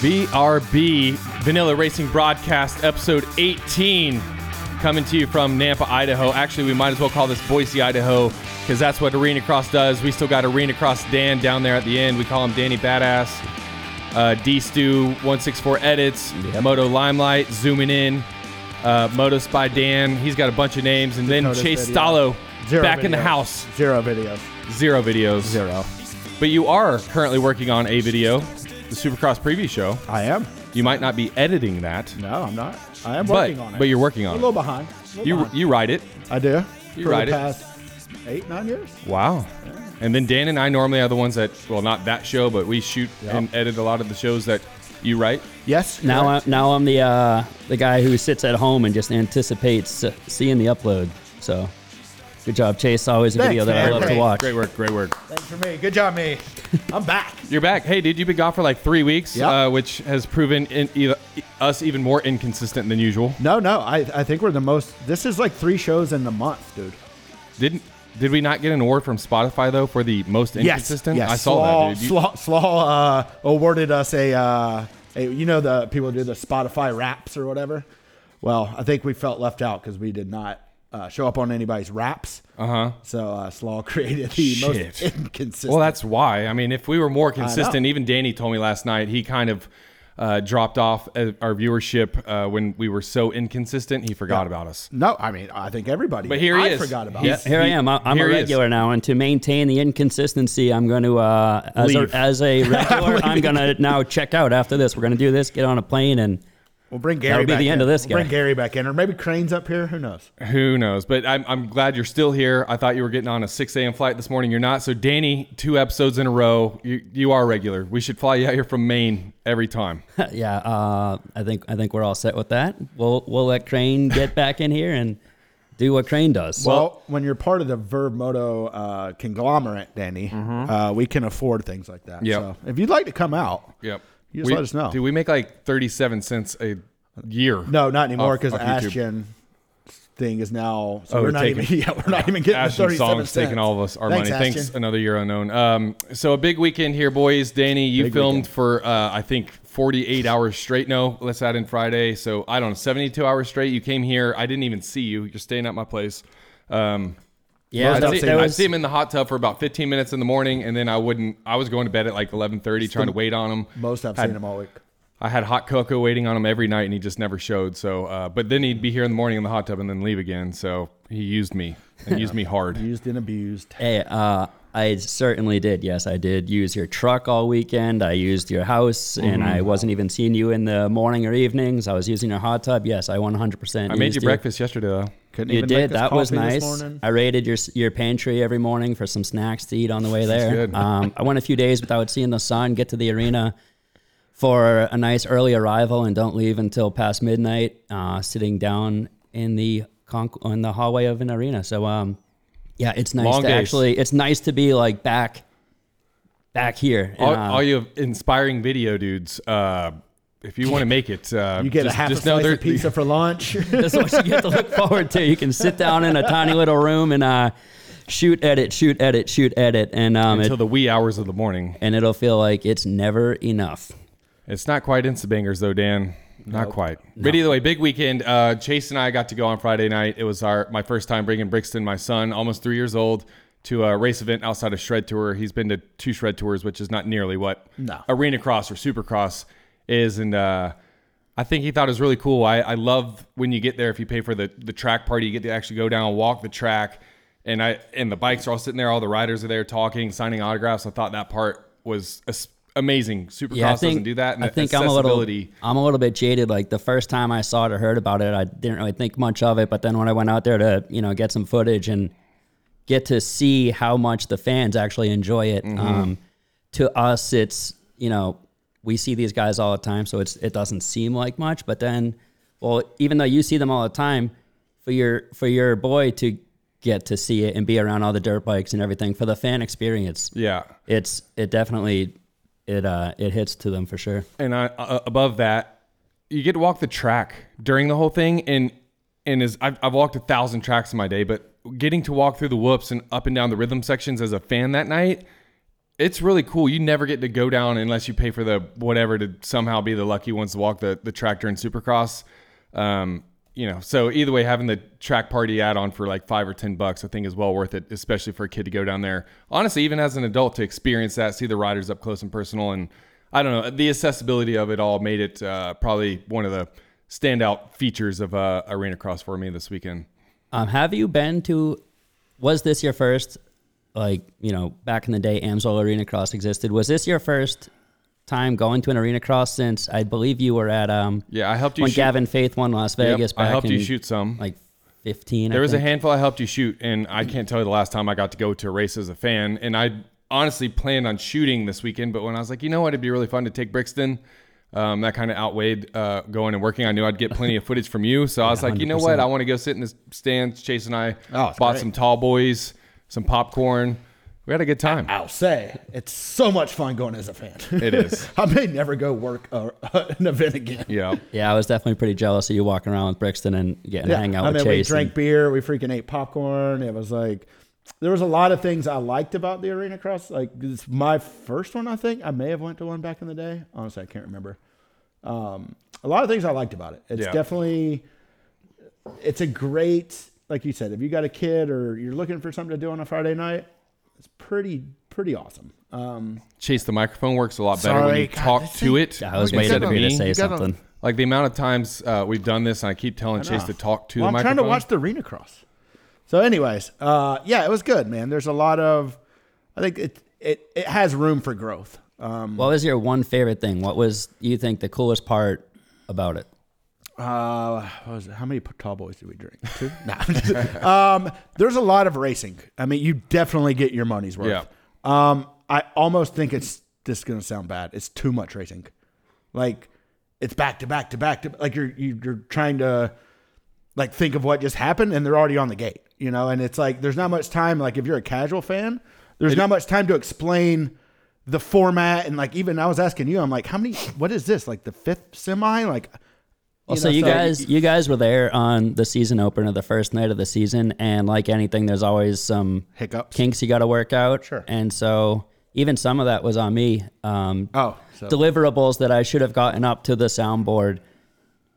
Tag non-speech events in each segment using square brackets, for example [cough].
BRB Vanilla Racing Broadcast, episode 18, coming to you from Nampa, Idaho. Actually, we might as well call this Boise, Idaho, because that's what Arena Cross does. We still got Arena Cross Dan down there at the end. We call him Danny Badass. Uh, D Stew 164 Edits, Moto Limelight, Zooming In, uh, Moto Spy Dan. He's got a bunch of names. And then Dakota's Chase video. Stallo Zero back in the videos. house. Zero videos. Zero videos. Zero. But you are currently working on a video, the Supercross preview show. I am. You might not be editing that, No, I'm not. I am but working on it. but you're working a on little it. behind. A little You behind. you write it. I do. you For write it. the past eight, nine years. Wow. And then Dan and I normally are the ones that well not that show, but we shoot Yeah. and edit a lot of the shows that you write. Yes. Now I'm now I'm the uh, the guy who sits at home and just anticipates uh, seeing the upload. So, good job, Chase. Always a Thanks, video that man. I love Great. to watch. Great work, great work. Thanks for me. Good job, [laughs] me. I'm back. You're back. Hey, dude, you've been gone for like three weeks, Yep. uh, which has proven in, e- us even more inconsistent than usual. No, no. I, I think we're the most. This is like three shows in the month, dude. Didn't did we not get an award from Spotify though for the most inconsistent? Yes. I saw Slaw, that, dude. You- Slaw, Slaw uh, awarded us a, uh, a. You know the people do the Spotify raps or whatever. Well, I think we felt left out because we did not uh, show up on anybody's raps. Uh huh. So uh, Slaw [laughs] created the Uh-huh. Shit. most inconsistent. Well, that's why. I mean, if we were more consistent, know. even Danny told me last night he kind of uh, dropped off uh, our viewership uh, when we were so inconsistent. He forgot about us. No, I mean I think everybody. But here he I is. forgot about He's- it. Here I He- am. I, I'm here a he is. regular now, and to maintain the inconsistency, I'm going to uh, as, a, Leave. [laughs] as a regular, I'm going to now check out after this. We're going to do this, get on a plane, and [laughs] We'll bring Gary. That'll be back the end in. of this We'll Bring guy. Gary back in, or maybe Crane's up here. Who knows? Who knows? But I'm, I'm glad you're still here. I thought you were getting on a 6 a.m. flight this morning. You're not. So, Danny, two episodes in a row. You, you are regular. We should fly you out here from Maine every [laughs] time. yeah, uh, I think I think we're all set with that. We'll we'll let Crane get back in here and do what Crane does. Well, when you're part of the Verb Moto uh, conglomerate, Danny, uh, we can afford things like that. Mm-hmm. Yep. So if you'd like to come out, Yep. You just We- let us know. Dude, we make like 37 cents a year. No, not anymore Off- because off YouTube. the Ashton thing is now. So Oh, we're not taking- even. [laughs] Yeah, we're not even getting the Ashton 37 Song's cents. taking all of us our Thanks, money. Thanks, Ashton. another year unknown. Um, so a big weekend here, boys. Danny, you Big filmed weekend. for uh, I think 48 hours straight. No, let's add in Friday. So I don't know, 72 hours straight. You came here. I didn't even see you. You're staying at my place. Um, yeah, I've that- I, see, that I was- see him in the hot tub for about 15 minutes in the morning, and then I wouldn't. I was going to bed at like 11:30, trying to wait on him. Most I've Had- seen him all week. I had hot cocoa waiting on him every night, and he just never showed. So, uh, but then he'd be here in the morning in the hot tub, and then leave again. So he used me and used me hard. Used and abused. Hey, uh, I certainly did. Yes, I did use your truck all weekend. I used your house, Oh, and I wasn't even seeing you in the morning or evenings. I was using your hot tub. Yes, I 100%. I made used you breakfast yesterday, though. Couldn't You even make did. us That was coffee this nice. morning. I raided your s- your pantry every morning for some snacks to eat on the way there. [laughs] good. Um, I went a few days without seeing the sun. Get to the arena for a nice early arrival and don't leave until past midnight. Uh, sitting down in the conc- in the hallway of an arena. So um, yeah, it's nice Long to days. actually. It's nice to be like back back here. all, And, uh, [laughs] all you inspiring video dudes, uh, if you want [laughs] to make it, uh, You get just, a half just a know slice there- of pizza for lunch. That's what you get to look forward to. You can sit down in a tiny little room and uh, shoot, edit, shoot, edit, shoot, edit, and um, [laughs] it until the wee hours of the morning. and it'll feel like it's never enough. It's not quite Insta bangers though, Dan. Not quite. But either way, big weekend. Uh, Chase and I got to go on Friday night. It was our my first time bringing Brixton, my son, almost three years old, to a race event outside of Shred Tour. He's been to two Shred Tours, which is not nearly what No. Arena Cross or Supercross is, and uh, I think he thought it was really cool. I, I love when you get there. If you pay for the the track party, you get to actually go down, walk the track, and I and the bikes are all sitting there. All the riders are there talking, signing autographs. I thought that part was. as- Amazing. Supercross doesn't do that. And I the think I'm a little, accessibility- I'm a little bit jaded. Like the first time I saw it or heard about it, I didn't really think much of it. But then when I went out there to, you know, get some footage and get to see how much the fans actually enjoy it, Mm-hmm. um, to us, it's you know, we see these guys all the time, so it's it doesn't seem like much. But then, well, even though you see them all the time, for your for your boy to get to see it and be around all the dirt bikes and everything for the fan experience, Yeah, it's it definitely it uh it hits to them for sure. and I, uh, above that, you get to walk the track during the whole thing, and and is I've, I've walked a thousand tracks in my day, but getting to walk through the whoops and up and down the rhythm sections as a fan that night it's really cool. You never get to go down unless you pay for the whatever to somehow be the lucky ones to walk the, the tractor and supercross. Um, you know, so either way, having the track party add on for like five or 10 bucks, I think is well worth it, especially for a kid to go down there. Honestly, even as an adult to experience that, see the riders up close and personal. And I don't know, the accessibility of it all made it uh, probably one of the standout features of uh, Arena Cross for me this weekend. Um, have you been to? Was this your first? Like you know, back in the day, Amsoil Arena Cross existed. Was this your first time going to an Arena Cross since I believe you were at um Yeah, I helped you when shoot- Gavin Faith won Las Yep, Vegas? I back helped you in, shoot some. like fifteen. There I was a think. handful I helped you shoot, and I can't tell you the last time I got to go to a race as a fan. And I honestly planned on shooting this weekend, but when I was like, you know what, it'd be really fun to take Brixton. Um, that kind of outweighed uh, going and working. I knew I'd get [laughs] plenty of footage from you, so I was like, you know what, I want to go sit in the stands. Chase and I Oh, it's bought great. some tall boys, some popcorn. We had a good time. I'll say it's so much fun going as a fan. It is. [laughs] I may never go work a, an event again. yeah, Yeah, I was definitely pretty jealous of you walking around with Brixton and getting to hang out I with mean, Chase. we drank beer, we freaking ate popcorn. It was like there was a lot of things I liked about the arena cross. Like it's my first one, I think I may have went to one back in the day. Honestly, I can't remember. Um, a lot of things I liked about it. It's Yeah. definitely it's a great like you said. If you got a kid or you're looking for something to do on a Friday night, it's pretty pretty awesome. Um, Chase, the microphone works a lot better when Sorry, you God, talk this to thing- it. and, I was instead waiting of for you to me. say You gotta- something. Like the amount of times uh, we've done this, and I keep telling Chase know. to talk to well, the I'm microphone. trying to watch the arena cross. So, anyways, uh, yeah, it was good, man. There's a lot of, I think it it it has room for growth. Um, What was your one favorite thing? What was you think the coolest part about it? uh, what was it? how many tall boys did we drink? Two. [laughs] nah. um, there's a lot of racing. I mean, you definitely get your money's worth. Yeah. Um, I almost think it's this is gonna sound bad. It's too much racing. Like it's back to back to back to like you're you- you're trying to like think of what just happened and they're already on the gate, you know. And it's like there's not much time. Like if you're a casual fan, there's not much time to explain the format and like even I was asking you, I'm like, how many? What is this? Like the fifth semi? Like Well, so know, you so- guys, you guys were there on the season opener, the first night of the season, and like anything, there's always some Hiccups. kinks you got to work out. Sure. And so even some of that was on me. Um, oh, so deliverables that I should have gotten up to the soundboard.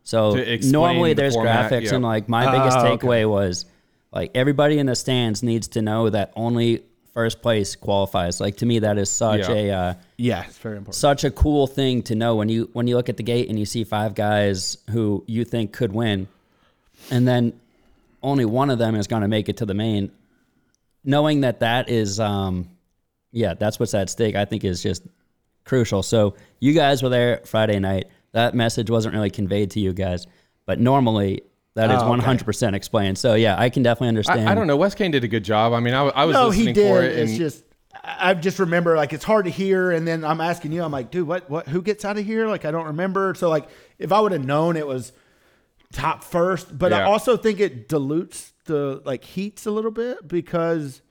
So To explain normally the there's format, graphics, yeah. and like Ah, my biggest takeaway was like everybody in the stands needs to know that only first place qualifies. Like to me, that is such Yeah. a uh, yeah, it's very important. such a cool thing to know when you when you look at the gate and you see five guys who you think could win, and then only one of them is going to make it to the main. Knowing that that is, um, yeah, that's what's at stake. I think is just crucial. So you guys were there Friday night. That message wasn't really conveyed to you guys, but normally that is one hundred percent explained. So yeah, Oh, I can definitely understand. I, I don't know. West Kane did a good job. I mean, I, I was No, listening he did. for it. And it's just I I just remember like it's hard to hear, and then I'm asking you, I'm like, dude, what what who gets out of here? Like I don't remember. So like if I would have known it was top first, but I Yeah. also think it dilutes the like heats a little bit because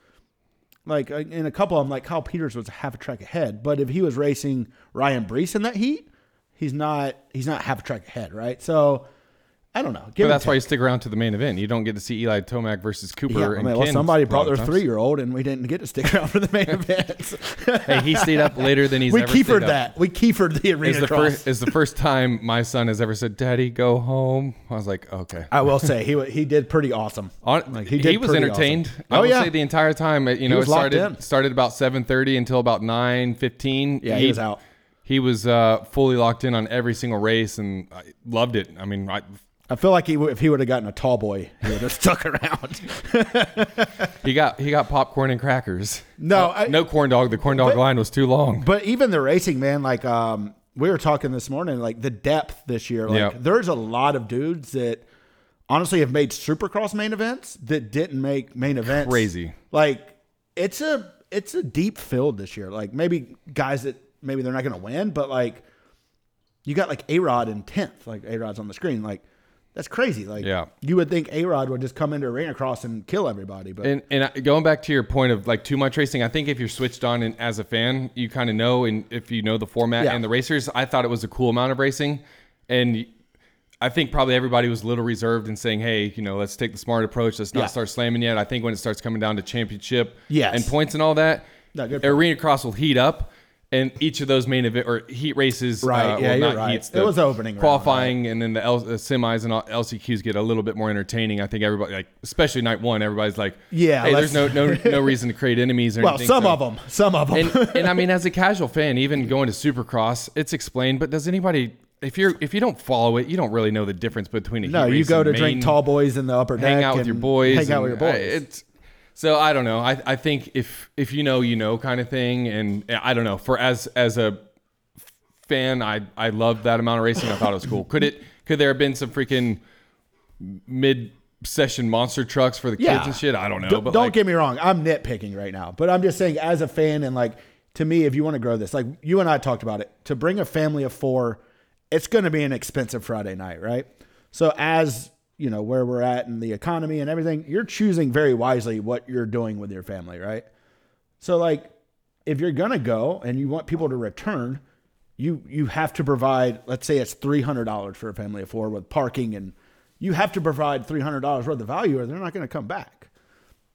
like uh, in a couple of them, like Kyle Peters was half a track ahead, but if he was racing Ryan Brees in that heat, he's not he's not half a track ahead, right? So. I don't know. Give but and that's why take. you stick around to the main event. You don't get to see Eli Tomac versus Cooper. yeah, I and mean, well, Ken somebody a brought lot their of times. three year old, and we didn't get to stick around for the [laughs] main events. Hey, he stayed up later than he's we ever keyfered stayed up. that. We keyfered the Is arena the, cross. first, is the first time my son has ever said, "Daddy, go home." I was like, "Okay." I will say he wa- he did pretty awesome. On, Like, he, he did was pretty entertained. awesome. I Oh, would yeah. say the entire time. uh, You know, it was locked started in. started about seven thirty until about nine fifteen. Yeah, he was out. He was uh, fully locked in on every single race and I loved it. I mean, I, I feel like he w- if he would have gotten a tall boy, he would have [laughs] stuck [laughs] around. Oh, he got he got popcorn and crackers. No, Uh, I- no corn dog. The corn dog line was too long. But even the racing man, like um, we were talking this morning, like the depth this year. Like Yeah. there's a lot of dudes that honestly have made Supercross main events that didn't make main events. Crazy. Like it's a it's a deep field this year. Like maybe guys that maybe they're not going to win, but like you got like A Rod in tenth. Like A Rod's on the screen. Like that's crazy. Like Yeah. you would think A Rod would just come into arena cross and kill everybody, but And and I- going back to your point of like too much racing, I think if you're switched on and as a fan, you kind of know, and if you know the format Yeah. and the racers, I thought it was a cool amount of racing, and I think probably everybody was a little reserved in saying, hey, you know, let's take the smart approach, let's not Yeah. start slamming yet. I think when it starts coming down to championship, Yes. and points and all that. No, good point. Arena Cross will heat up, and each of those main event or heat races, uh, Right, yeah, well, you're not right. heats, It the was opening round, qualifying, and then the L- uh, semis and all, LCQs get a little bit more entertaining. I think everybody, like especially night one, everybody's like, Yeah, hey, there's no let's- [laughs] no no reason to create enemies or Well, anything, some so- of them, some of them. and, and I mean, [laughs] as a casual fan, even going to Supercross, it's explained. But does anybody, if you're if you don't follow it, you don't really know the difference between a no, heat you race go and to drink main- tall boys in the upper deck. hang out with and your boys, Hang out with and your I- boys. it's so I don't know. I I think if if you know, you know, kind of thing. And I don't know. For as as a fan, I I loved that amount of racing. I thought it was cool. Could it? Could there have been some freaking mid session monster trucks for the kids Yeah. and shit? I don't know. D- but don't like, get me wrong. I'm nitpicking right now, but I'm just saying as a fan and like to me, if you want to grow this, like you and I talked about it, to bring a family of four, it's going to be an expensive Friday night, right? So as you know where we're at in the economy and everything, you're choosing very wisely what you're doing with your family, right? So like if you're gonna go and you want people to return, you you have to provide, let's say it's three hundred dollars for a family of four with parking and you have to provide three hundred dollars worth of value or they're not gonna come back.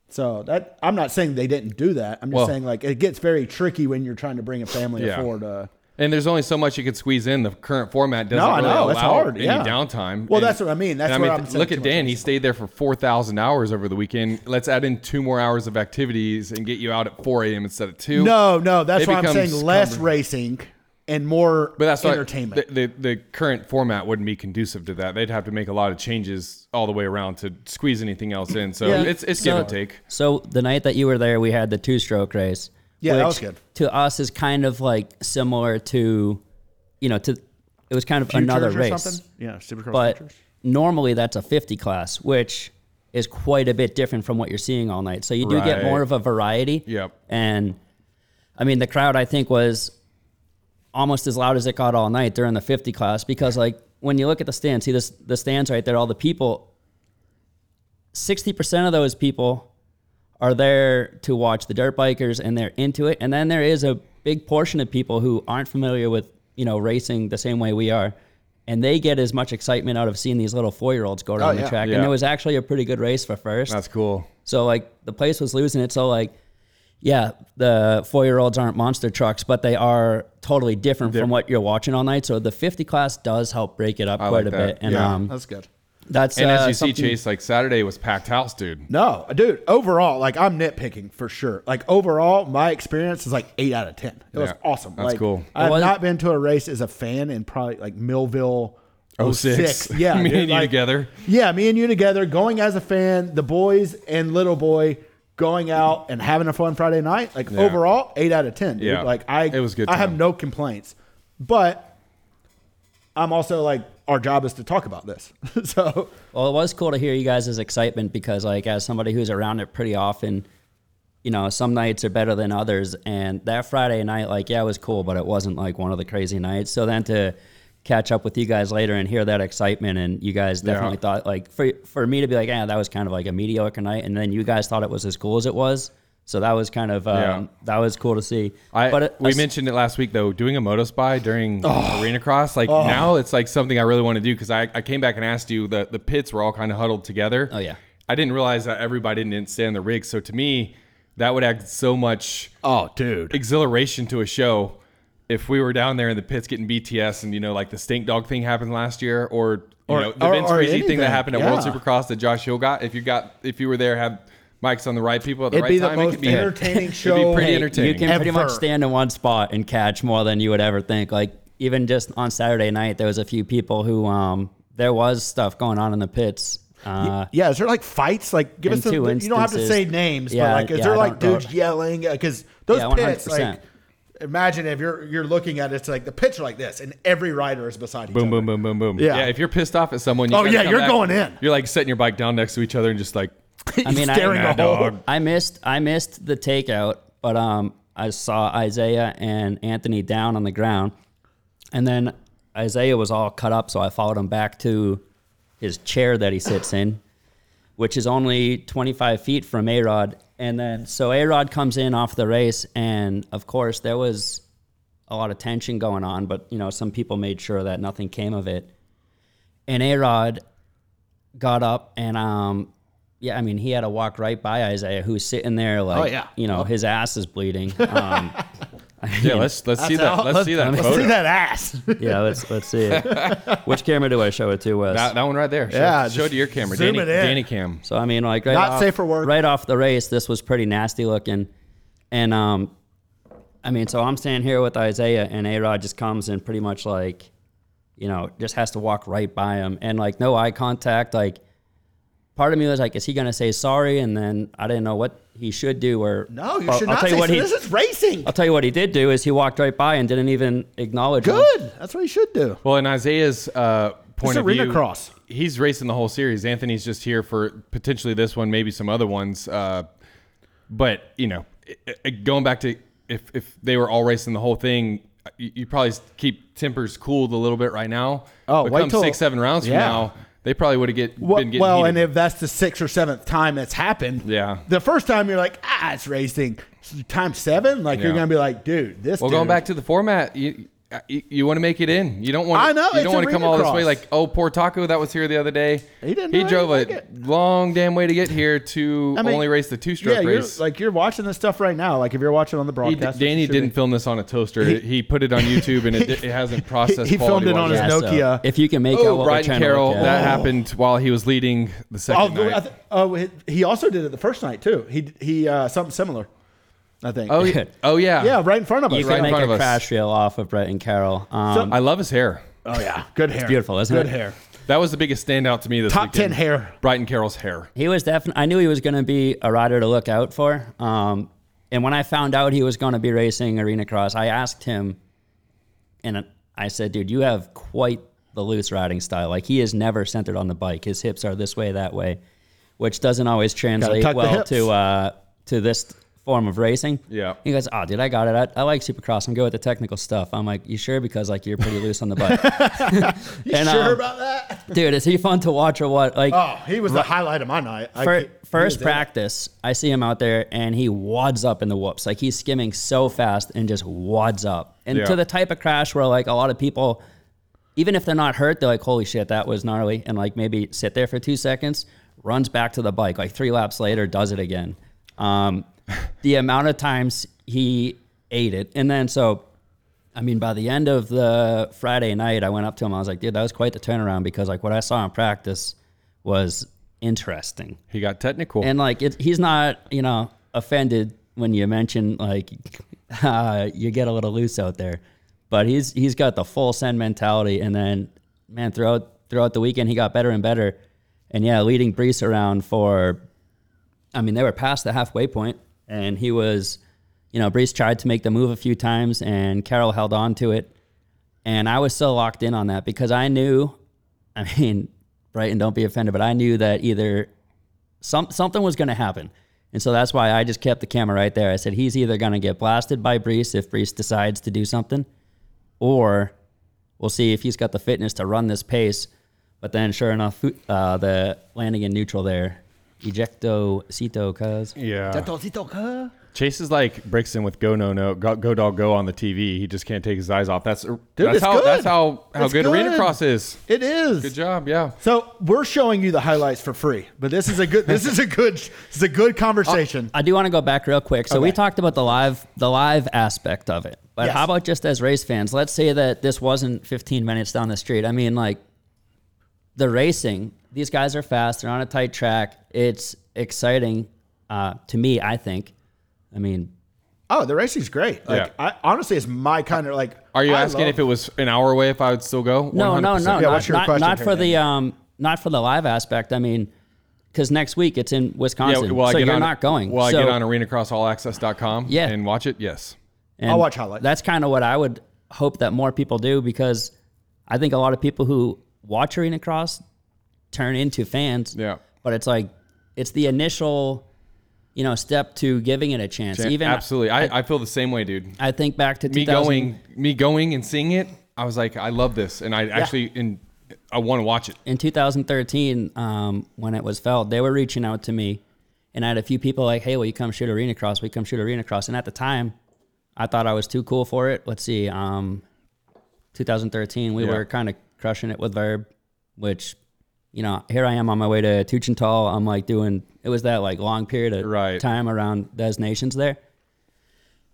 So that I'm not saying they didn't do that. I'm just Well- saying like it gets very tricky when you're trying to bring a family Yeah. of four to And there's only so much you can squeeze in. The current format doesn't I really know. allow That's hard. any Yeah. downtime. Well, And- that's what I mean. That's and where I'm saying Look too at much Dan. He racing. stayed there for 4,000 hours over the weekend. Let's add in two more hours of activities and get you out at 4 a.m. instead of 2. No, no, that's It why I'm becomes saying less cumbersome. racing and more But that's why entertainment. The, the, the current format wouldn't be conducive to that. They'd have to make a lot of changes all the way around to squeeze anything else in. So Yeah. it's, it's give and take. So the night that you were there, we had the two stroke race. Yeah, that which was good. To us, is kind of like similar to, you know, to it was kind of another Futures or race, something? Yeah, Supercross but futures. normally that's a 50 class, which is quite a bit different from what you're seeing all night. So you do get Right. more of a variety. Yep. And I mean, the crowd I think was almost as loud as it got all night during the 50 class because like when you look at the stands, see this the stands right there, all the people. Sixty percent of those people are there to watch the dirt bikers and they're into it, and then there is a big portion of people who aren't familiar with you know racing the same way we are. And they get as much excitement out of seeing these little four-year-olds go down yeah. the track, Oh, Yeah. and it was actually a pretty good race for first. That's cool. So like the place was losing it. So like, yeah, the four year olds aren't monster trucks, but they are totally different from what you're watching all night. So the 50 class does help break it up I quite like a that. bit. And Yeah. um, that's good. that's And uh, as you see, something- Chase, like Saturday was packed house, dude. No, dude, overall, like I'm nitpicking for sure. Like overall, my experience is like eight out of ten. It was Yeah, awesome. that's like, cool. I have Well, not been to a race as a fan in probably like Millville [laughs] 06. Yeah. Oh, Me dude, and you like- together. Yeah, me and you together, going as a fan, the boys and little boy going out and having a fun Friday night. Like overall, eight out of ten. Dude. Yeah. Like I It was good I have time. no complaints. But I'm also like our job is to talk about this. [laughs] so Well, it was cool to hear you guys' excitement because, like, as somebody who's around it pretty often, you know, some nights are better than others. And that Friday night, like, yeah, it was cool, but it wasn't like one of the crazy nights. So then to catch up with you guys later and hear that excitement, and you guys definitely thought, like, for for me to be like, yeah, that was kind of like a mediocre night, and then you guys thought it was as cool as it was. So that was kind of um, Yeah. that was cool to see. I, it- we I- mentioned it last week though. Doing a moto spy during arena cross, like now it's like something I really want to do because I, I came back and asked you the the pits were all kind of huddled together. Oh, yeah. I didn't realize that everybody didn't stay in the rig. So to me, that would add so much Oh, dude. exhilaration to a show if we were down there in the pits getting BTS and you know like the stink dog thing happened last year or you Or- know the or- Vince or Crazy thing anything, that happened at World yeah. Supercross that Josh Hill got. If you got if you were there, had mics on the right people at the It'd right be the time, most it could be [laughs] entertaining show. It'd be pretty Hey, entertaining. You can pretty Ever. much stand in one spot and catch more than you would ever think. Like even just on Saturday night, there was a few people who um there was stuff going on in the pits. Uh, Yeah, is there like fights? Like, give In us some. two You don't have to instances. say names, Yeah, but like, is yeah, there I like don't know. dudes yelling? Because those Yeah, pits, 100%. like, imagine if you're you're looking at it, it's like the pits are like this, and every rider is beside each Boom, other. boom, boom, boom, boom. Yeah. If you're pissed off at someone, you Oh, gotta yeah, come you're back. going in. You're like setting your bike down next to each other and just like, [laughs] I mean, staring I, a hole. dog. I missed I missed the takeout, but um I saw Isaiah and Anthony down on the ground, and then Isaiah was all cut up, so I followed him back to his chair that he sits in, which is only 25 feet from A Rod. And then so A Rod comes in off the race, and of course there was a lot of tension going on, but you know some people made sure that nothing came of it. And A Rod got up and um yeah, I mean, he had to walk right by Isaiah, who's sitting there like, yeah. you know, his ass is bleeding. Um, Yeah, let's let's see that. how- Let's, [laughs] see that [laughs] Let's photo. see that ass. [laughs] [laughs] yeah, let's let's see. it. Which camera do I show it to, Wes? That, that one right there. Show, Yeah, show just to your camera, zoom Danny, it in. Danny Cam. So I mean, like right Not off, safe for work. Right off the race, this was pretty nasty looking, and um, I mean, so I'm standing here with Isaiah, and A Rod just comes and pretty much like, you know, just has to walk right by him, and like no eye contact. Like, part of me was like, is he gonna say sorry? And then I didn't know what he should do or No, you Well, should not say what so. he, this is racing. Uh, I'll tell you what he did do is he walked right by and didn't even acknowledge. him. Good. That's what you should do. Well, in Isaiah's uh, point It's a of ring view, across. he's racing the whole series. Anthony's just here for potentially this one, maybe some other ones. Uh, but you know, i- i- going back to if if they were all racing the whole thing, you, you probably s- keep tempers cooled a little bit right now. Oh, but wait come till- six seven rounds Yeah. from now, they probably would have get Well, been getting well, heated. and if that's the sixth or seventh time it's happened, Yeah. The first time you're like, ah, it's racing. Time seven, like you're Yeah. gonna be like, dude, this. well, dude, going back to the format, you. You, you want to make it in. You don't want. I know, You it's don't a want to ring come all this across. way. Like, oh, poor Taco that was here the other day. He didn't He really drove make a it. long damn way to get here to I mean, only race the two stroke yeah, race. You're, like you're watching this stuff right now. Like if you're watching on the He- broadcast, Danny it should didn't be- film this on a toaster. He, put [laughs] it on YouTube, and it, it hasn't processed. he filmed quality it on wise. his Yeah, so Nokia. if you can make out Oh, what Brian we're trying to Carroll. look at. That happened while he was leading the Oh, second the- I night. th- oh, he- he also did it the first night too. He he uh, something similar, I think. oh, yeah. [laughs] Oh, yeah. yeah, right in front of us. [laughs] You right could in Right. make front of a us. crash reel off of Brett and Carroll. Um, So- I love his hair. [laughs] Oh yeah, good hair. beautiful, isn't good it? hair. That was the biggest standout to me this Top 10 weekend. hair. Brighton Carroll's hair. He was definitely. I knew he was going to be a rider to look out for. Um, and when I found out he was going to be racing arena cross, I asked him, and I said, "Dude, you have quite the loose riding style. Like he is never centered on the bike. His hips are this way, that way, which doesn't always translate tuck the well hips. to uh, to this." Form of racing. Yeah. He goes, Oh, dude, I got it. I, I like supercross. I'm good with the technical stuff. I'm like, You sure? Because, like, you're pretty loose on the bike. [laughs] You [laughs] And, sure um, about that? dude, is he fun to watch or what? Like, Oh, he was the highlight of my night. I Fir- keep- he first was in it. practice, I see him out there and he wads up in the whoops. Like he's skimming so fast and just wads up. And Yeah. to the type of crash where like a lot of people, even if they're not hurt, they're like, holy shit, that was gnarly. And like maybe sit there for two seconds, runs back to the bike, like three laps later, does it again. Um, [laughs] the amount of times he ate it. And then so I mean, by the end of the Friday night, I went up to him. I was like, dude, that was quite the turnaround because, like, what I saw in practice was interesting. He got technical. And, like, it, he's not, you know, offended when you mention, like, [laughs] uh, you get a little loose out there. But he's he's got the full send mentality. And then, man, throughout throughout the weekend, he got better and better. And yeah, leading Brees around for I mean, they were past the halfway point, and he was, you know, Brees tried to make the move a few times, and Carroll held on to it. And I was so locked in on that because I knew, I mean, [laughs] Brighton, don't be offended, but I knew that either some, something was going to happen. And so that's why I just kept the camera right there. I said, he's either going to get blasted by Brees if Brees decides to do something, or we'll see if he's got the fitness to run this pace. But then, sure enough, uh, the landing in neutral there, ejecto cito, cuz. yeah. Chase is like Brixton with go no no go, go dog go on the TV. He just can't take his eyes off. That's that's it's how good. that's how how It's good, arena good. cross is. It is. Good job. Yeah. So we're showing you the highlights for free, but this is a good. This is a good. This is a good [laughs] Uh, conversation. I do want to go back real quick. So we Okay. talked about the live the live aspect of it, but Yes. how about just as race fans? Let's say that this wasn't 15 minutes down the street. I mean, like the racing. These guys are fast. They're on a tight track. It's exciting uh, to me. I think. I mean, oh, the racing's great. Like, Yeah. I, honestly, it's my kind of like. Are you I asking love- if it was an hour away if I would still go? no, no, 100%. no. Yeah, not, what's your not, question not here, for the um, not for the live aspect. I mean, because next week it's in Wisconsin, will I so get you're on- not going. Will so, I get on arenacrossallaccess.com Yeah. and watch it? Yes. And I'll watch highlights. That's kind of what I would hope that more people do because I think a lot of people who watch Arena Cross turn into fans. Yeah. But it's like it's the initial, you know, step to giving it a chance. Even Absolutely. I, I feel the same way, dude. I think back to Me 2000 going me going and seeing it, I was like, I love this. And I actually in I want to watch it. in 2013 um, when it was felt they were reaching out to me and i had a few people like hey will you come shoot arena cross we come shoot arena cross and at the time i thought i was too cool for it let's see um, 2013 we Yeah. were kind of crushing it with verb which you know, here I am on my way to Tuchental. I'm like doing it was that like long period of Right. time around designations there.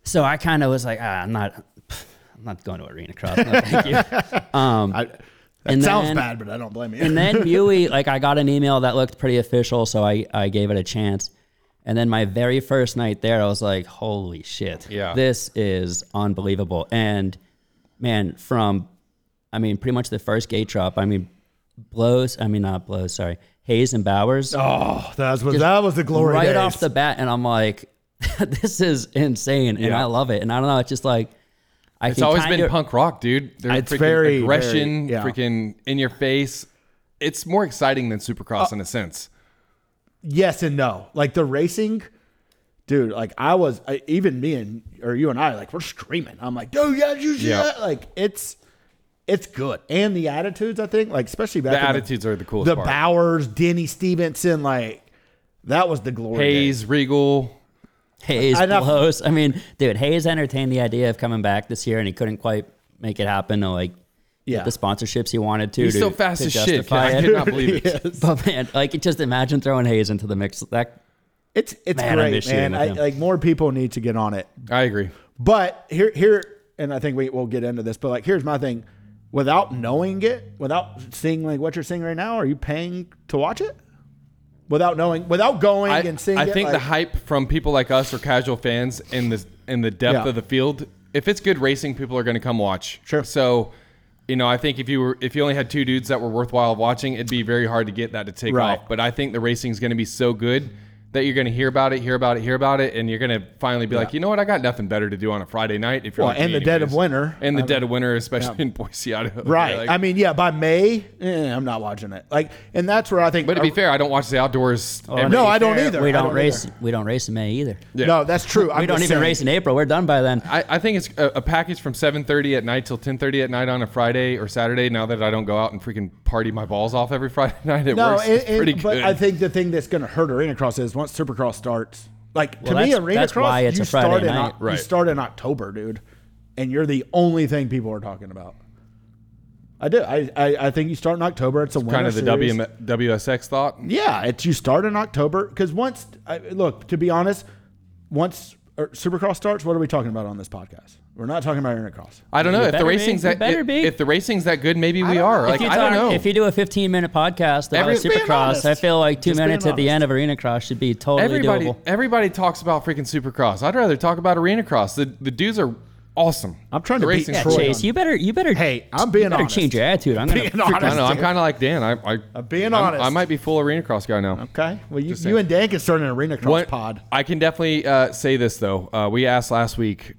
So I kind of was like, ah, I'm not, I'm not going to Arena Cross. No, thank you. I, that and sounds then- bad, but I don't blame you. [laughs] and then Yui, like I got an email that looked pretty official, so I, I gave it a chance. And then my very first night there, I was like, holy shit. Yeah. This is unbelievable. And man, from I mean, pretty much the first gate drop, I mean blows, I mean not blows, sorry. Hayes and Bowers [laughs] oh, that was that was the glory right days. off the bat, and I'm like, [laughs] this is insane. And Yeah. I love it. And I don't know, it's just like I It's always been punk rock, dude. They're It's freaking very, aggression, very- yeah. freaking in your face. It's more exciting than Supercross Uh, in a sense. yes and no. Like the racing, dude. Like I was, I, even me and or you and I, like we're screaming. I'm like, dude, yeah, you see Yeah. that? Like it's, it's good. And the attitudes, I think, like especially back The in attitudes are the coolest the part. Bowers, Denny Stevenson, like that was the glory. days. Hayes, Regal. Hayes I know- blows. I mean, dude, Hayes entertained the idea of coming back this year, and he couldn't quite make it happen to like Yeah. [laughs] get the sponsorships he wanted to. He's to, so fast to as shit. kid. [laughs] I justify did it. not believe it. [laughs] But man, like just imagine throwing Hayes into the mix. That It's it's Man, I great, miss man. shooting with I, him. like more people need to get on it. I agree. But here, here, and I think we will get into this. But like, here's my thing: without knowing it, without seeing like what you're seeing right now, are you paying to watch it? Without knowing, without going I, and seeing. I it, think the like- hype from people like us or casual fans in the in the depth Yeah. of the field. If it's good racing, people are going to come watch. Sure. So, you know, I think if you were if you only had two dudes that were worthwhile watching, it'd be very hard to get that to take Right. off. But I think the racing is going to be so good that you're going to hear about it, hear about it, hear about it, and you're going to finally be like, you know what, I got nothing better to do on a Friday night. If you're Well, like and me the dead anyways." of winter. and the I dead of winter, especially in Boise, Idaho. right. Like- I mean, yeah, by May, eh, I'm not watching it. Like, and that's where I think. but to be fair, I don't watch the outdoors. every- no, Oh, I don't either. we I don't, race. either. We don't race in May either. No, that's true. I'm we don't just even saying. race in April. We're done by then. I, I think it's a, a package from 7.30 at night till 10.30 at night on a Friday or Saturday now that I don't go out and freaking party my balls off every [laughs] Friday night. It No, works and, It's pretty and- but good. I think the thing that's going to hurt Arena Cross is once Supercross starts. Like Well, to me, that's- Arena that's Cross, why it's you a Friday start in night. Oc- Right. you start in October, dude, and you're the only thing people are talking about. I do. I I, I think you start in October. It's a winter kind of the series. WM, WSX thought. Yeah, it's you start in October because once I, look to be honest, once er, Supercross starts, what are we talking about on this podcast? We're not talking about Arena Cross. I don't know. If the better be. racing's You that better if, be. if the racing's that good, maybe we are. Like you I don't know. If you do a 15 minute podcast about Every- being Supercross, honest. I feel like two Just being minutes at the honest. end of Arena Cross should be totally everybody doable. everybody talks about freaking Supercross. I'd rather talk about Arena Cross. The the dudes are awesome. I'm trying The to beat racing's that cool. Troy Chase, on- you better, you better. Hey, I'm being you better honest. change your attitude. I'm gonna Being freak I don't know. I'm honest, kind of like Dan. I, I I'm Uh, I'm- being honest. I might be full Arena Cross guy now. Okay, well you, saying. you and Dan can start an Arena Cross What- pod. I can definitely uh, say this though. Uh, we asked last week,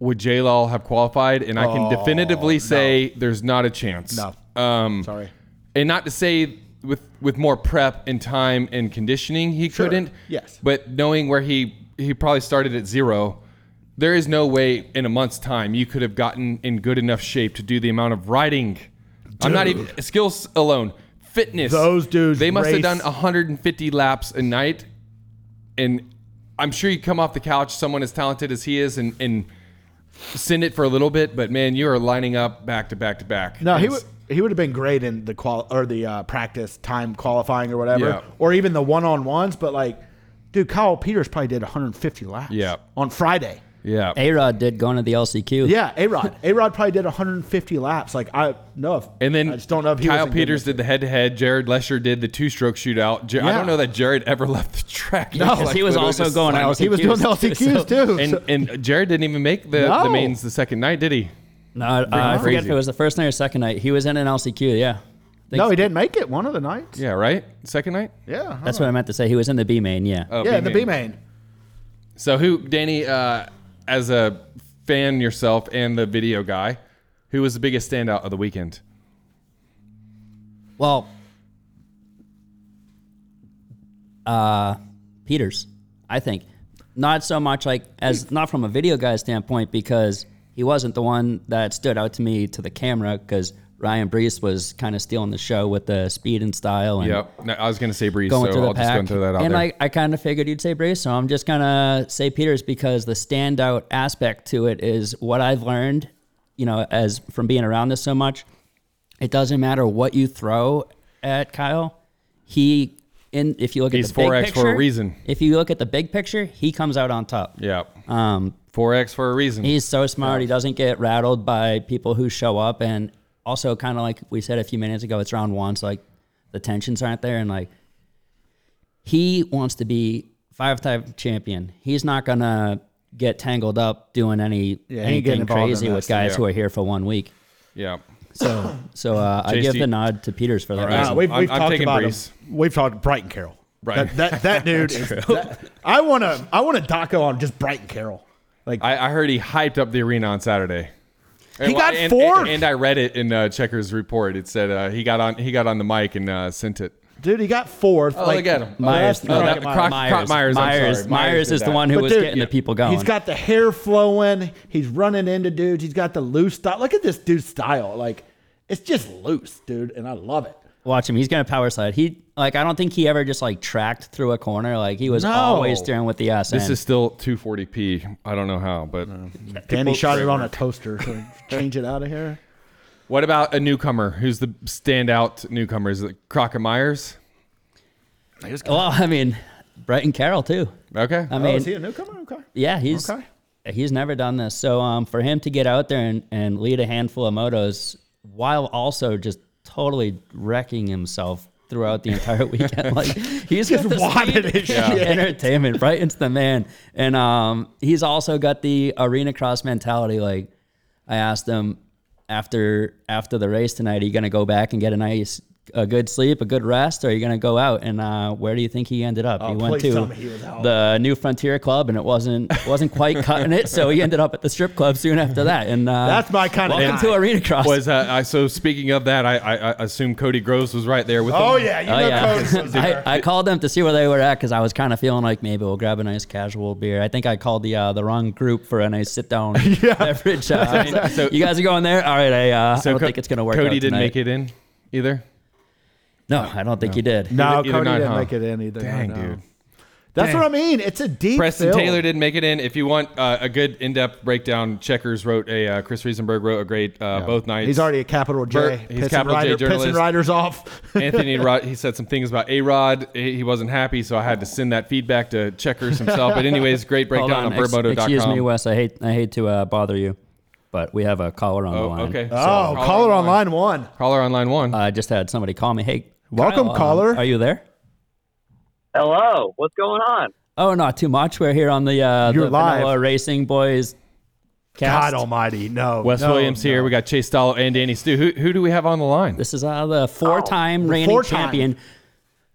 would Jalal have qualified? And I can definitively say there's not a chance. Oh, No. Um, Sorry. and not to say with with more prep and time and conditioning he couldn't. Yes. But knowing where he he probably started at zero, there is no way in a month's time you could have gotten in good enough shape to do the amount of riding. I'm not even skills alone. Fitness. Those dudes They must have race- done 150 laps a night, and I'm sure you come off the couch, someone as talented as he is, and and send it for a little bit. But man, you are lining up back to back to back. No, he It's- would he would have been great in the qual or the uh, practice time qualifying or whatever, Yeah. or even the one on ones. But like, dude, Kyle Peters probably did 150 laps. Yeah. on Friday. Yeah. A Rod did going to the LCQ. Yeah, [laughs] A Rod. A Rod probably did 150 laps. Like I know if And then I just don't know if he was Kyle in good Peters nick. did the head to head. Jared Lesher did the two stroke shootout. Jar- I Yeah. don't know that Jared ever [laughs] left the track. No, Like, he was literally also just going slammed- out. He was doing the LCQs too. And, so- and Jared didn't even make the, the No. mains the second night, did he? No, I- I forget crazy. if it was the first night or second night. He was in an LCQ. Yeah, Think- no, he didn't make it one of the nights. Yeah, right? Second night? Yeah, that's what I meant to say. He was in the B main. Yeah. Oh, yeah, the B-main. B main. So, who, Danny, uh, as a fan yourself and the video guy, who was the biggest standout of the weekend? Well, uh, Peters, I think. Not so much like as not from a video guy standpoint because he wasn't the one that stood out to me to the camera because Ryan Brees was kind of stealing the show with the speed and style and Yep. No, I was going to say Breeze, so going through the I'll just go pack. and throw that out and there. I, I kind of figured you'd say Brace, so I'm just gonna say Peters because the standout aspect to it is what I've learned, you know, as from being around this so much. It doesn't matter what you throw at Kyle, he in if you look He's at the big 4X for picture, a reason. If you look at the big picture, he comes out on top. Yeah. Um, 4X for a reason. he's so smart. He doesn't get rattled by people who show up, and also kind of like we said a few minutes ago, it's round one, so like the tensions aren't there, and like he wants to be five-time champion. He's not gonna get tangled up doing any ain't getting anything involved in crazy with this, guys yeah. who are here for one week. yeah. [laughs] So, so uh, I JC. give the nod to Peters for that. right. reason. Uh, we've I'm- we've I'm talked taking about Brees. him. We've talked Brighton Carroll. Brighton. That [laughs] that, that dude is. that- I want to I want a doco on just Brighton Carroll. Like I, I heard he hyped up the arena on Saturday. He got and, fourth. And, and I read it in uh, Checker's report. It said uh, he got on he got on the mic and uh, sent it. dude, he got fourth. Oh, like, look at him. well, Myers, that's no, not that- like Croc- Myers. Croc Myers, I'm Myers, sorry. Myers Myers did is the that. one who But was dude, getting the people going. He's got the hair flowing. He's running into dudes. He's got the loose style. Look at this dude's style. Like it's just loose, dude, and I love it. Watch him. He's gonna power slide. He like I don't think he ever just like tracked through a corner. Like he was No. always staring with the ass This end. is still 240p. I don't know how, but Danny shot it on a toaster. So change it out of here. what about a newcomer? Who's the standout newcomer? Is it Crockett Myers? well, I mean, Brighton Carroll too. Okay. I Oh, mean, is he a newcomer? Okay. yeah, he's Okay. he's never done this. So um, for him to get out there and, and lead a handful of motos while also just totally wrecking himself throughout the entire [laughs] weekend, like he's Just got the wanted speed. his Yeah. shit. entertainment. Brighton's the man, and um, he's also got the arena cross mentality. Like I asked him after after the race tonight, are you gonna go back and get a nice a good sleep, a good rest, or are you gonna go out? And uh, where do you think he ended up? he went Oh, please to tell me he was out. the New Frontier Club, and it wasn't wasn't quite cutting it, so he ended up at the strip club soon after that. And uh, That's my kind of welcome guy. to arena cross. was uh, I so speaking of that, I, I, I assume Cody Groves was right there with Oh him. yeah, you Oh know yeah, [laughs] Cody's was there. I, I called them to see where they were at because I was kind of feeling like maybe we'll grab a nice casual beer. I think I called the uh, the wrong group for a nice [laughs] sit down beverage. Uh, I was like, so- you guys are going there? All right, I, uh, I don't Co- think it's gonna work. Cody out didn't tonight. make it in either. No, I don't think he did. No, Either- either Cody not, didn't huh? make it in either. Dang, no. dude. That's Dang. what I mean. It's a deep. Preston field. Taylor didn't make it in. If you want uh, a good in-depth breakdown, Checkers wrote a uh, Chris Riesenberg wrote a great uh, both nights. He's already a capital J. Bert, he's Pissing capital J rider- pissing journalist. riders off. [laughs] Anthony Rod, he said some things about A Rod. He he wasn't happy, so I had to send that feedback to Checkers himself. But anyways, great Hold breakdown on, on, ex- birdmoto.com. excuse me, Wes. I hate I hate to uh, bother you, but we have a caller on the Oh, line. okay. So, oh, caller on line one. Caller on line one. I just had somebody call me. Hey, Welcome, Kyle, um, caller. are you there? Hello, what's going on? Oh, not too much. We're here on the uh, You're the live. Vanilla Racing Boys. Cast. God Almighty, no. Wes no, Williams no. here. We got Chase Dollo and Danny Stu. Who, who do we have on the line? This is uh, the four-time reigning Oh, four-time. champion,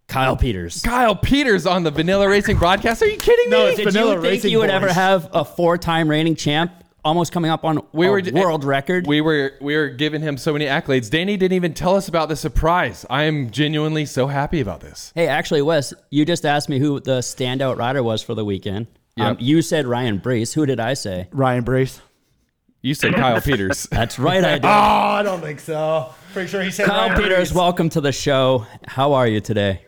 Kyle Peters. Kyle Peters on the Vanilla Racing broadcast. Are you kidding me? [laughs] No, it's Did Vanilla you think Racing you would Boys. ever have a four-time reigning champ almost coming up on we a were world record? We were we were giving him so many accolades. Danny didn't even tell us about the surprise. I am genuinely so happy about this. hey, actually, Wes, you just asked me who the standout rider was for the weekend. Yep. Um, you said Ryan Brees. Who did I say? Ryan Brees. You said Kyle [laughs] Peters. That's right, [laughs] I did. Oh, I don't think so. Pretty sure he said Kyle Ryan Peters, Brees. welcome to the show. How are you today?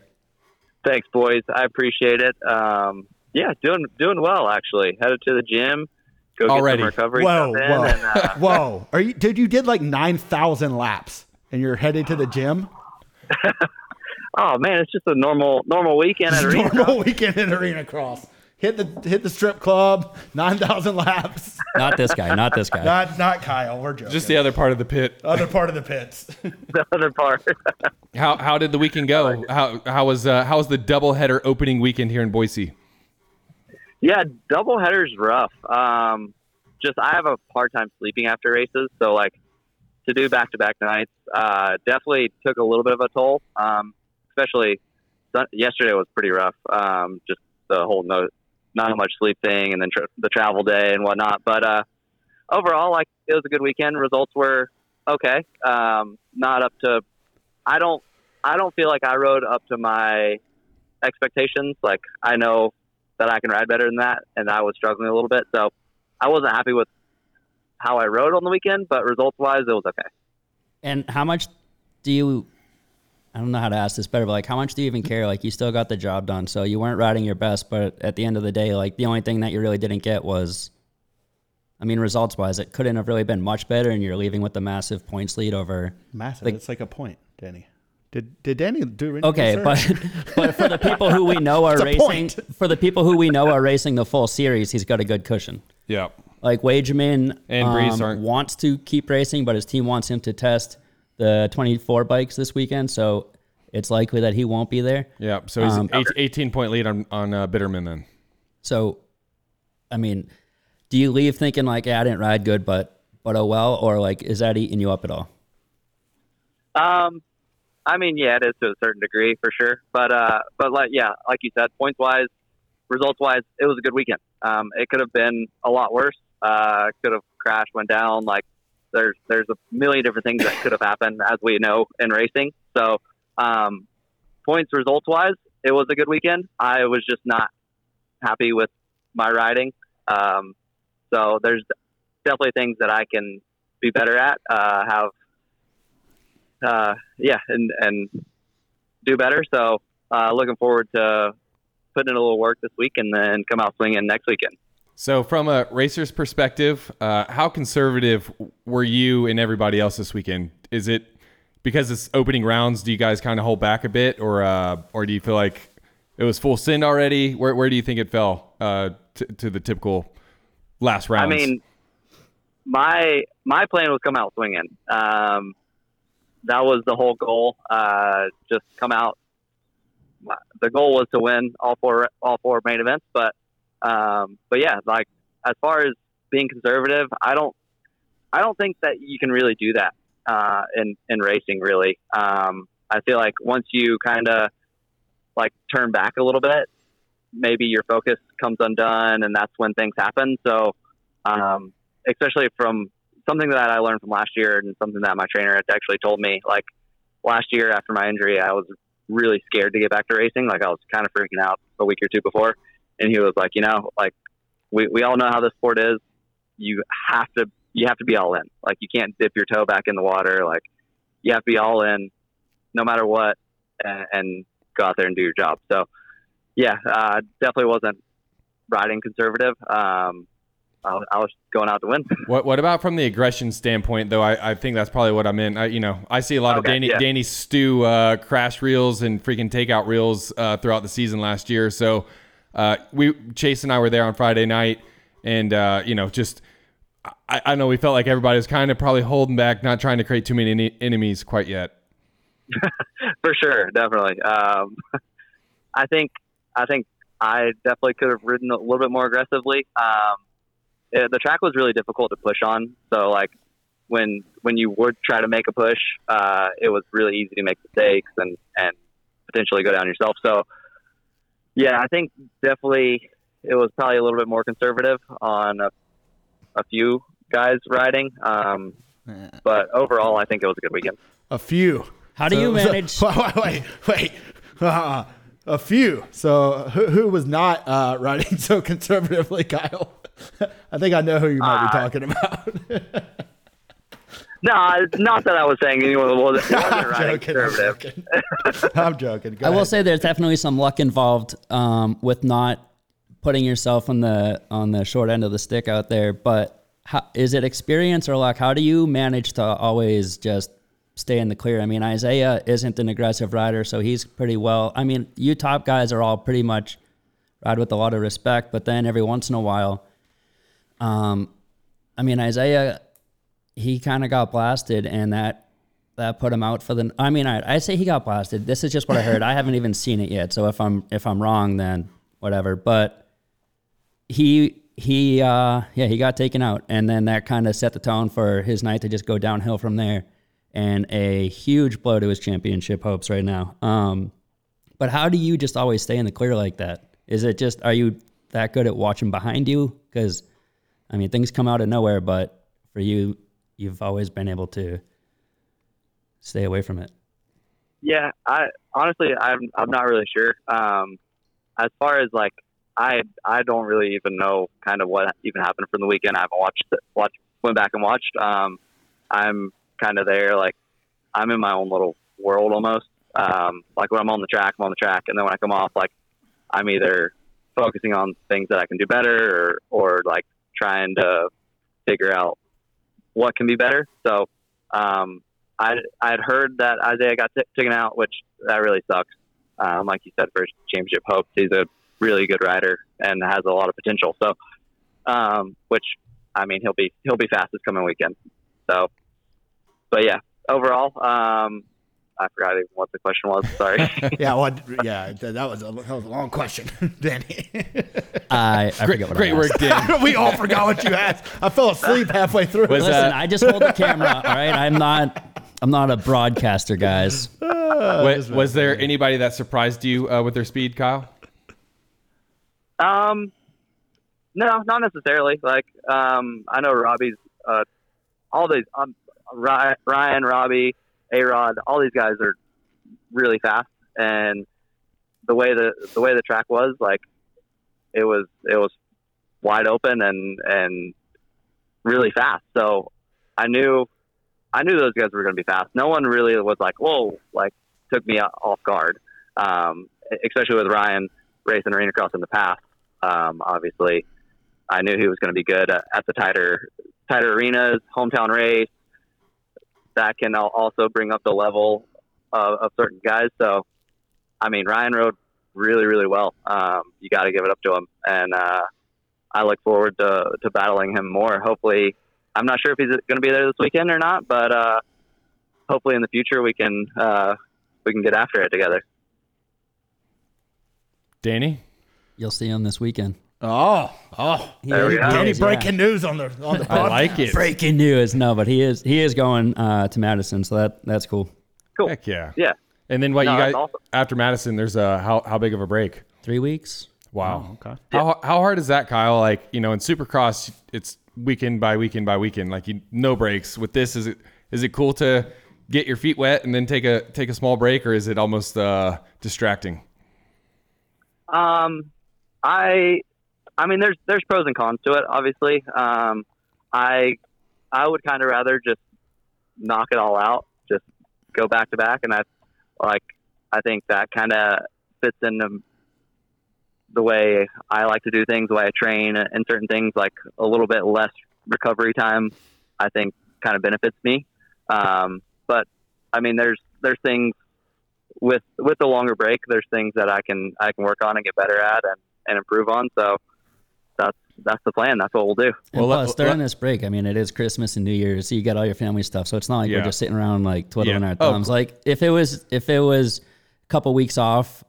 Thanks, boys. I appreciate it. Um, yeah, doing doing well actually. Headed to the gym. Go get Already. some recovery. Whoa, stuff in, whoa, And, uh, [laughs] whoa! Are you, dude? You did like nine thousand laps, and you're headed to the [sighs] gym. oh man, it's just a normal normal weekend [laughs] at Arena. Normal weekend in arena cross. Hit the hit the strip club. Nine thousand laps. Not this guy. Not this [laughs] guy. Not not Kyle. We're joking. Just the other part of the pit. other part of the pits. [laughs] the other part. [laughs] How how did the weekend go? How how was uh, how was the doubleheader opening weekend here in Boise? yeah, double headers rough. Um, just I have a hard time sleeping after races, so like to do back to back nights uh, definitely took a little bit of a toll. Um, especially sun- yesterday was pretty rough. Um, just the whole no, not much sleep thing, and then tr the travel day and whatnot. But uh, overall, like it was a good weekend. Results were okay. Um, not up to. I don't. I don't feel like I rode up to my expectations. Like I know that I can ride better than that, and I was struggling a little bit. So I wasn't happy with how I rode on the weekend, but results wise, it was okay. And how much do you? I don't know how to ask this better, but like, how much do you even care? Like, you still got the job done, so you weren't riding your best. But at the end of the day, like, the only thing that you really didn't get was, I mean, results wise, it couldn't have really been much better. And you're leaving with the massive points lead over. Massive. it's like a point, Danny. Did did Danny do any Okay, research? but [laughs] but for the people who we [laughs] know are It's a racing, point. for the people who we know are racing the full series, he's got a good cushion. Yeah. Like Wageman And Breeze aren't- wants to keep racing, but his team wants him to test the 24 bikes this weekend, so it's likely that he won't be there. Yeah. So he's Um, eight, 18 point lead on, on uh, Bitterman then. So, I mean, do you leave thinking like, yeah, I didn't ride good, but but oh well, or like, is that eating you up at all? Um, I mean, yeah, it is to a certain degree for sure. But uh, but like yeah, like you said, points wise, results wise, it was a good weekend. Um, it could have been a lot worse. Uh, could have crashed, went down. Like there's there's a million different things that could have happened, as we know in racing. So um, points results wise, it was a good weekend. I was just not happy with my riding. Um, so there's definitely things that I can be better at. Uh, have uh, yeah, and and do better. So uh, looking forward to putting in a little work this week and then come out swinging next weekend. So from a racer's perspective, uh, how conservative were you and everybody else this weekend? Is it because it's opening rounds? Do you guys kind of hold back a bit, or uh, or do you feel like it was full send already? Where where do you think it fell uh, t- to the typical last I rounds? mean, my my plan was come out swinging. Um, that was the whole goal. Uh, just come out. My- The goal was to win all four all four main events, but um, but yeah, like as far as being conservative, I don't I don't think that you can really do that uh, in in racing. Really, um, I feel like once you kind of like turn back a little bit, maybe your focus comes undone, and that's when things happen. So um, especially from something that I learned from last year and something that my trainer had actually told me. Like last year after my injury, I was really scared to get back to racing. Like I was kind of freaking out a week or two before, and he was like, you know, like we we all know how this sport is. You have to you have to be all in. Like you can't dip your toe back in the water. Like you have to be all in, no matter what, and, and go out there and do your job. So yeah, uh, definitely wasn't riding conservative. Um, I, I was going out to win. [laughs] What What about from the aggression standpoint, though? I, I think that's probably what I'm in. I, you know, I see a lot of Okay, Danny yeah. Danny Stew uh, crash reels and freaking takeout reels uh, throughout the season last year. So uh, we Chase and I were there on Friday night, and uh, you know, just I, I know we felt like everybody was kind of probably holding back, not trying to create too many ene- enemies quite yet. for sure, definitely. Um, [laughs] I think I think I definitely could have ridden a little bit more aggressively. Um, it, the track was really difficult to push on, so like when when you would try to make a push, uh, it was really easy to make mistakes and and potentially go down yourself. So yeah, I think definitely it was probably a little bit more conservative on a, a few guys riding. Um, but overall, I think it was a good weekend. a few. How do you [laughs] manage- wait, wait, wait. Uh, a few. So who, who was not uh, riding [laughs] so conservatively, Kyle? [laughs] I think I know who you might Ah. be talking about. [laughs] No, it's not that I was saying anyone was wasn't riding conservative. I'm joking. I'm joking. Go I will ahead. say there's definitely some luck involved um, with not putting yourself on the on the short end of the stick out there. But how, is it experience or luck? How do you manage to always just stay in the clear? I mean, Isaiah isn't an aggressive rider, so he's pretty well. I mean, you top guys are all pretty much ride with a lot of respect, but then every once in a while, um, I mean, Isaiah, he kind of got blasted, and that that put him out for the. I mean, I I say he got blasted. This is just what I heard. I haven't even seen it yet, so if I'm if I'm wrong, then whatever. But he he uh yeah he got taken out, and then that kind of set the tone for his night to just go downhill from there, and a huge blow to his championship hopes right now. Um, but how do you just always stay in the clear like that? Is it just are you that good at watching behind you? Because I mean, things come out of nowhere, but for you, you've always been able to stay away from it. Yeah, I honestly, I'm I'm not really sure. Um, as far as like, I I don't really even know kind of what even happened from the weekend. I haven't watched it- watched went back and watched. Um, I'm kind of there, like I'm in my own little world almost. Um, like when I'm on the track, I'm on the track, and then when I come off, like I'm either focusing on things that I can do better, or or like trying to figure out what can be better. So um, I I had heard that Isaiah got t- taken out, which that really sucks. Um, like you said, for his championship hopes, he's a really good rider and has a lot of potential. So, um, which I mean, he'll be he'll be fast this coming weekend. So, but yeah, overall, um, I forgot even what the question was. Sorry. Yeah, well, I- yeah, th- that was a, that was a long question, [laughs] Danny. I, I Great, forget what great I work, asked. Dan. [laughs] we all forgot what you asked. I fell asleep halfway through. [laughs] Was uh, Listen, I just hold the camera. All right, I'm not. I'm not a broadcaster, guys. [laughs] wa- was there anybody that surprised you uh, with their speed, Kyle? Um, no, not necessarily. Like, um, I know Robbie's, uh, all these, um, Ry- Ryan, Robbie, A Rod, all these guys are really fast. And the way the, the way the track was, like, it was, it was wide open and, and really fast. So I knew, I knew those guys were going to be fast. No one really was like, whoa, like, took me off guard. Um, especially with Ryan racing arena cross in the past. Um, obviously, I knew he was going to be good at, at the tighter tighter arenas, hometown race. That can al- also bring up the level of, of certain guys. So, I mean, Ryan rode really, really well. Um, you got to give it up to him, and uh, I look forward to, to battling him more. Hopefully, I'm not sure if he's going to be there this weekend or not, but uh, hopefully in the future we can uh, we can get after it together. Danny? You'll see him this weekend. Oh, oh, There we go. Danny is, yeah. breaking news on the on the I podcast. like it. Breaking news. No, but he is. He is going uh, to Madison, so that that's cool. Cool. Heck yeah. Yeah. And then what No, you that's guys awesome. after Madison? There's a how how big of a break? Three weeks. Wow. okay. How how hard is that, Kyle? Like you know, in Supercross, it's weekend by weekend by weekend. Like you no breaks. With this, is it is it cool to get your feet wet and then take a take a small break, or is it almost uh, distracting? Um, I, I mean, there's there's pros and cons to it. Obviously, um, I, I would kind of rather just knock it all out, just go back to back, and I, like, I think that kind of fits into the way I like to do things, the way I train, uh, and certain things like a little bit less recovery time. I think kind of benefits me. Um, but I mean, there's there's things with with the longer break, there's things that I can I can work on and get better at and, and improve on. So that's that's the plan. That's what we'll do. And Well, let- plus, during let- this break, I mean, it is Christmas and New Year's, so you got all your family stuff. So it's not like Yeah. we're just sitting around like twiddling Yeah. our Oh, thumbs. Like if it was, if it was a couple weeks off,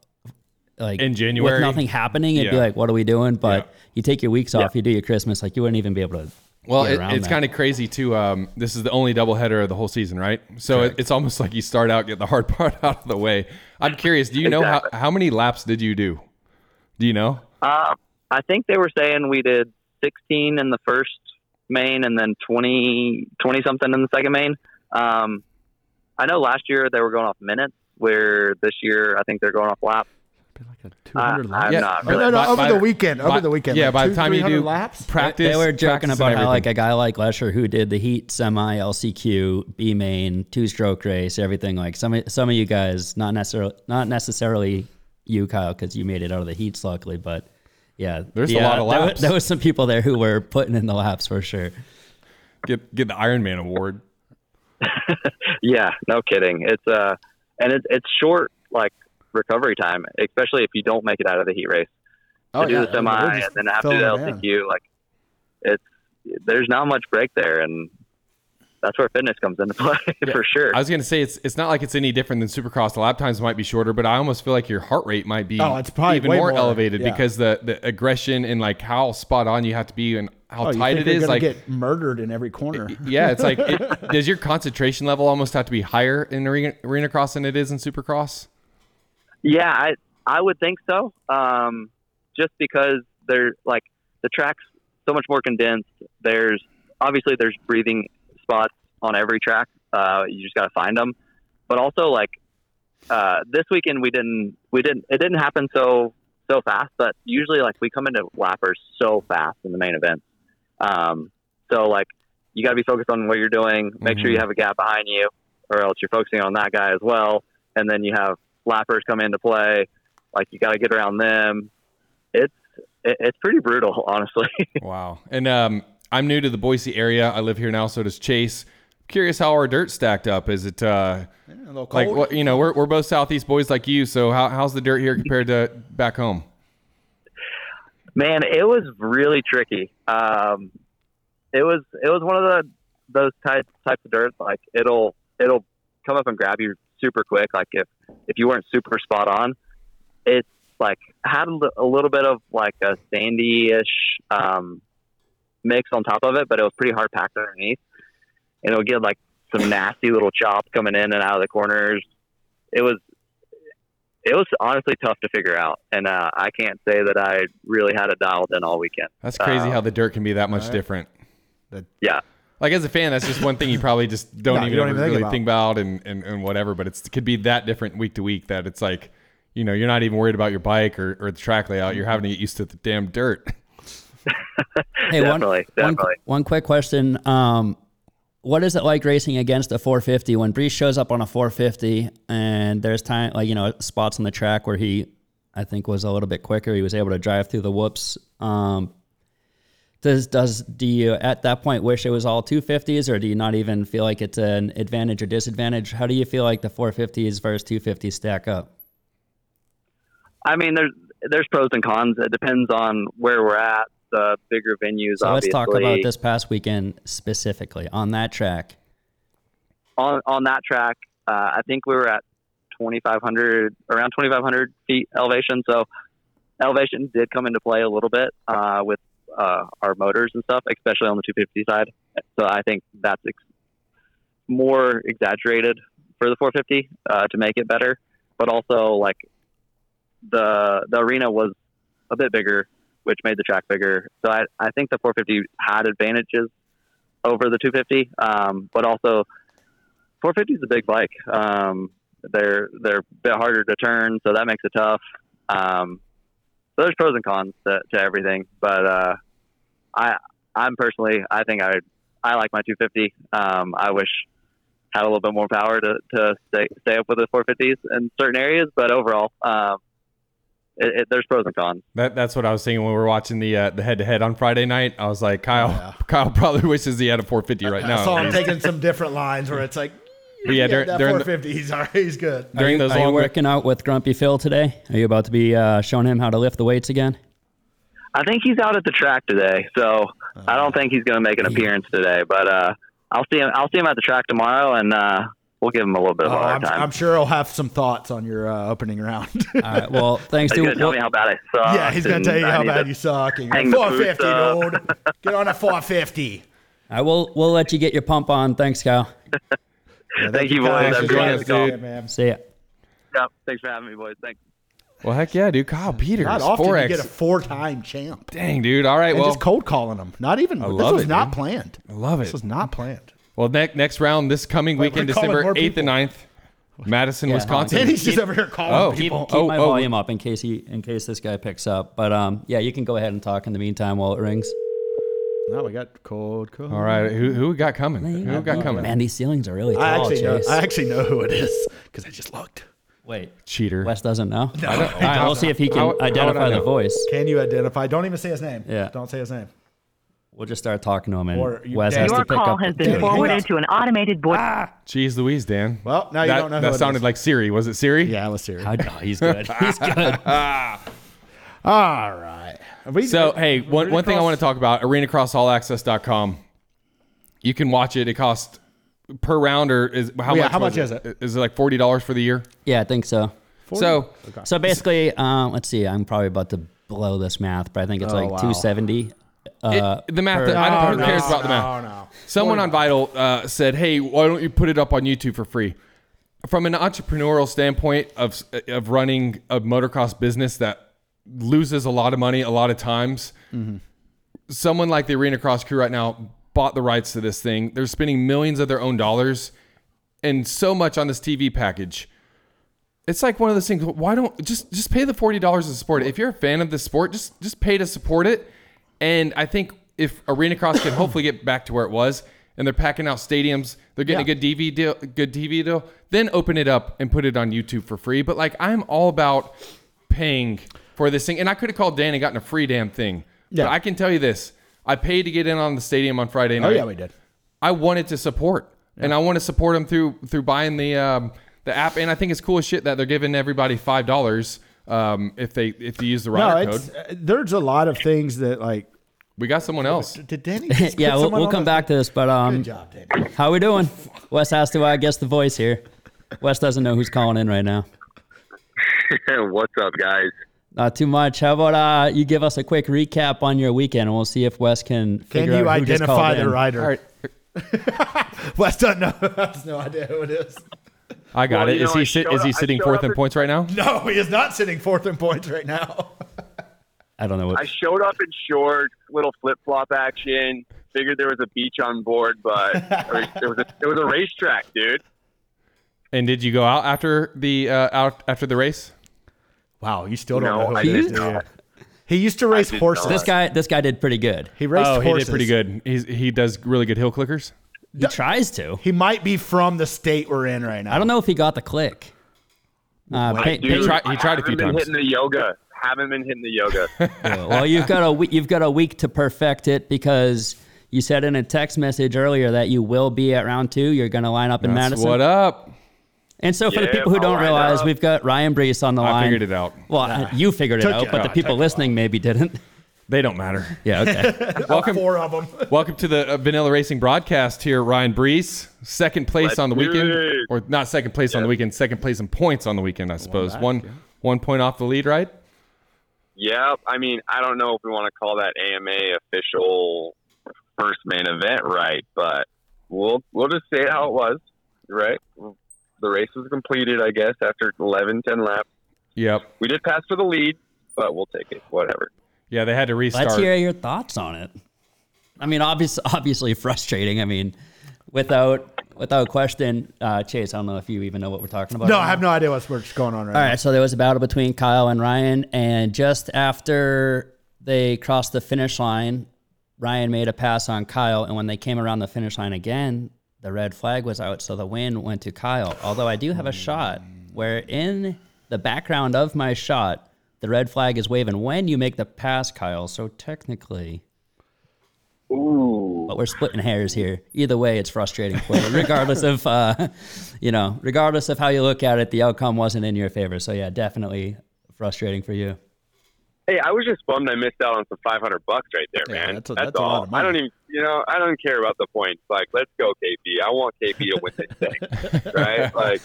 like In January. with nothing happening, it'd be Yeah. like, what are we doing? But Yeah. you take your weeks off, you do your Christmas, like you wouldn't even be able to. Well, get it, around it's that. kind of crazy too. Um, this is the only doubleheader of the whole season, right? So it, it's almost like you start out, get the hard [laughs] part out of the way. I'm curious. Do you know how, how many laps did you do? Do you know? Uh, I think they were saying we did 16 in the first main and then 20 20 something in the second main. Um, I know last year they were going off minutes, where this year I think they're going off laps. Uh, I'm not but- really. Oh, No, no, by- over by- the weekend, over by- the weekend, Yeah, like by two, the time you 300 do laps? practice, they were joking practice about and how like everything. a guy like Lesher who did the heat semi LCQ B main two stroke race everything like some of- some of you guys not necessarily not necessarily you Kyle because you made it out of the heats luckily but yeah There's a the, lot of there wa- laps. there, was some people there who were putting in the laps for sure get get the Iron Man award. Yeah, no kidding. It's uh, and it's it's short like recovery time, especially if you don't make it out of the heat race. to I do the mean, we're semi Oh, just and then after the filling it in. LCQ, like it's there's not much break there, and that's where fitness comes into [laughs] play for sure. I was gonna say it's it's not like it's any different than Supercross. The lap times might be shorter, but I almost feel like your heart rate might be Oh, it's probably even way more, more, elevated yeah. because the the aggression and like how spot on you have to be and how [laughs] Oh, you tight think it you're is. gonna Like get murdered in every corner. [laughs] yeah, it's like [laughs] it, does your concentration level almost have to be higher in arena, arena cross than it is in Supercross? Yeah, I I would think so. Um, just because they're like the track's so much more condensed. There's obviously there's breathing spots on every track. Uh, you just got to find them. But also like uh, this weekend we didn't we didn't it didn't happen so so fast. But usually like we come into lappers so fast in the main event. Um, so like you got to be focused on what you're doing. Make sure you have a gap behind you, or else you're focusing on that guy as well. And then you have flappers come into play. Like you got to get around them. It's it, it's pretty brutal, [laughs] honestly. Wow. And um, I'm new to the Boise area. I live here now, so does Chase. curious how our dirt stacked up. Is it uh, A little cold. like what you know? We're, we're both southeast boys like you. So how, how's the dirt here compared to back home? Man, it was really tricky. Um, it was it was one of the those type, types of dirt like it'll it'll come up and grab you super quick. Like if if you weren't super spot on, it's like had a li- a little bit of like a sandy-ish um, mix on top of it, but it was pretty hard packed underneath, and it'll get like some nasty little chops coming in and out of the corners. It was it was honestly tough to figure out, and uh, I can't say that I really had it dialed in all weekend. That's crazy Uh, how the dirt can be that much Alright. different. Yeah, Like as a fan, that's just one thing you probably just don't [laughs] No, you even, don't ever even think really about. think about and, and, and whatever. But it's, it could be that different week to week that it's like, you know, you're not even worried about your bike or, or the track layout. You're having to get used to the damn dirt. Hey, Definitely, one, definitely. one, one quick question. Um, what is it like racing against a 450 when Brees shows up on a 450 and there's time, like, you know, spots on the track where he, I think, was a little bit quicker. He was able to drive through the whoops. Um, does, does, do you at that point wish it was all 250s or do you not even feel like it's an advantage or disadvantage? How do you feel like the 450s versus 250s stack up? I mean, there's there's pros and cons. It depends on where we're at, the bigger venues. So let's obviously. talk about this past weekend specifically on that track. on on that track. Uh, I think we were at 2,500 around 2,500 feet elevation. So elevation did come into play a little bit uh, with uh, our motors and stuff, especially on the 250 side. So I think that's ex- more exaggerated for the 450 uh, to make it better, but also like the the arena was a bit bigger, which made the track bigger. So I, I think the 450 had advantages over the 250, um, but also 450 is a big bike. Um, they're they're a bit harder to turn, so that makes it tough. Um, so there's pros and cons to, to everything, but uh, I I'm personally I think I I like my 250. Um, I wish had a little bit more power to, to stay stay up with the 450s in certain areas, but overall, um, it, it, there's pros and cons. That, that's what I was thinking when we were watching the uh, the head to head on Friday night. I was like, Kyle, [laughs] Kyle probably wishes he had a 450 right [laughs] I saw now. him taking some different lines where it's like, But yeah, during, that during, the, 450, he's, all right, he's good. during those Are you long working out with Grumpy Phil today? Are you about to be uh, showing him how to lift the weights again? I think he's out at the track today, so Uh, I don't think he's going to make an appearance today. But uh, I'll see him. I'll see him at the track tomorrow, and uh, we'll give him a little bit of Oh, a hard I'm, time. I'm sure he'll have some thoughts on your uh, opening round. [laughs] All right. Well, thanks he's to going to tell me how bad I suck. yeah, he's going and to tell you Uh, I how need bad to- you suck. And hang you're the like, 450, boots dude. [laughs] Get on a 450. I will. We'll let you get your pump on. Thanks, Kyle. Yeah, Thank you, boys. Thanks I for appreciate joining the us, call. dude. man. See ya. Yeah, thanks for having me, boys. Thanks. Well, heck yeah, dude. Kyle Peters, Not often you 4X. get a four-time champ. Dang, dude. All right, And well, just cold calling him. Not even. this love was it, not dude. planned. I love it. This was not [laughs] planned. Well, next next round this coming Wait, weekend, we're calling December more eighth and 9th, Madison, Yeah, Wisconsin. [laughs] And he's just Keep- over here calling Oh. people. Keep Keep Oh, my oh. volume up in case he, in case this guy picks up. But um, yeah, you can go ahead and talk in the meantime while it rings. No, we got cold, cold. All right, who who we got coming? Who we got coming? Man, these ceilings are really tall. I actually, know, Chase. I actually know who it is because I just looked. [laughs] Wait, Cheater. Wes doesn't know. I don't- All right, we'll see if he How- how can would I identify the know? voice. Can you identify? Don't even say his name. Yeah. Don't say his name. We'll just start talking to him, and Or you- Wes Dan- has Your to Your pick call up. has the- been Dude, hang forwarded up. to an automated voice. Ah. Jeez Louise, Dan. Well, now you that, don't know who That it sounded is. like Siri. Was it Siri? Yeah, it was serious. [laughs] I know, he's good. [laughs] He's good. All right. We, So, hey, one, one thing I want to talk about arenacrossallaccess.com. You can watch it. It costs per rounder is how Yeah, much how was much is it? Is it like $40 for the year? yeah, I think so. So, So basically, um, let's see. I'm probably about to blow this math, but I think it's like Oh, wow. 270. it- Uh, the math, per- I don't, who cares no, about the math? no, no. Someone on Vital uh, said, "Hey, why don't you put it up on YouTube for free?" From an entrepreneurial standpoint of uh, of running a motocross business that loses a lot of money a lot of times, Mm-hmm. someone like the Arena Cross crew right now bought the rights to this thing. They're spending millions of their own dollars and so much on this TV package. It's like one of those things. Why don't just just pay the forty dollars to support it? If you're a fan of this sport, just just pay to support it. And I think if Arena Cross can hopefully get back to where it was, and they're packing out stadiums, they're getting a good DV deal, good TV deal, then open it up and put it on YouTube for free. But like I'm all about paying for this thing, and I could have called Dan and gotten a free damn thing. Yeah. But I can tell you this: I paid to get in on the stadium on Friday Oh, night. yeah, we did. I wanted to support. and I want to support them through through buying the um, the app. And I think it's cool as shit that they're giving everybody five dollars um, if they if they use the No, rider it's code. uh, there's a lot of things that like. We got someone else. Did [laughs] Danny? just yeah, put we'll, someone we'll on come the- back to this, but um, Good job, Danny. how we doing? Wes has to, I guess, the voice here. Wes doesn't know who's calling in right now. [laughs] What's up, guys? Not too much. How about uh, you give us a quick recap on your weekend, and we'll see if Wes can Can figure you out who just called identify the in. rider? All right, [laughs] Wes doesn't know. [laughs] Has no idea who it is. I got Well, it. you Is know, he I sit, showed is he up- I sitting showed fourth up in at- points right [laughs] now? [laughs] No, he is not sitting fourth in points right now. I don't know I what. showed up in shorts, little flip flop action. Figured there was a beach on board, [laughs] but or there was a there was a racetrack, dude. And did you go out after the uh, out after the race? [laughs] Wow, you still don't No, know I who it is. didn't do know. you? He used to race didn't know horses. that. This guy, this guy did pretty good. He raced oh, he horses. did pretty good. He's, he does really good hill clickers. He tries to. He might be from the state we're in right now. I don't know if he got the click. Uh, pa- Dude, He pa- tried- he I tried a haven't few been times. Hitting the yoga, haven't been hitting the yoga. [laughs] well, you've got a we- you've got a week to perfect it because you said in a text message earlier that you will be at round two. You're going to line up in That's Madison. what up. And so, for the Yeah, people who I'll don't line realize, up. we've got Ryan Brees on the I line. figured it out. Well, you figured it Took out, you- but the yeah, people listening maybe [laughs] didn't. They don't matter. Yeah. Okay. Welcome, Four of them. welcome to the uh, Vanilla Racing broadcast here, Ryan Brees. Second place Let's on the do weekend, it. or not second place on the weekend. Second place in points on the weekend, I suppose. One one, point off the lead, right? yep. I mean, I don't know if we want to call that AMA official first main event, right? But we'll we'll just say it how it was, right? The race was completed, I guess, after 11, 10 laps. Yep. We did pass for the lead, but we'll take it. Whatever. Yeah, they had to restart. Let's hear your thoughts on it. I mean, obvious, [laughs] obviously frustrating. I mean, without without question, uh, Chase. I don't know if you even know what we're talking [laughs] about. No, right I now. have no idea what's what's going on right All now. right, so there was a battle between Kyle and Ryan, and just after they crossed the finish line, Ryan made a pass on Kyle, and when they came around the finish line again, the red flag was out, so the win went to Kyle. Although I do have a shot where in the background of my shot, the red flag is waving when you make the pass, Kyle. So technically, Ooh. but we're splitting hairs here. Either way, it's frustrating for you, regardless of uh, [laughs] you know, regardless of how you look at it. The outcome wasn't in your favor, so yeah, definitely frustrating for you. Hey, I was just bummed I missed out on some five hundred bucks right there, Yeah, man. that's a- that's a all. lot of money. I don't even, you know, I don't care about the points. Like, let's go, KP. I want KP to win this [laughs] thing, right? Like,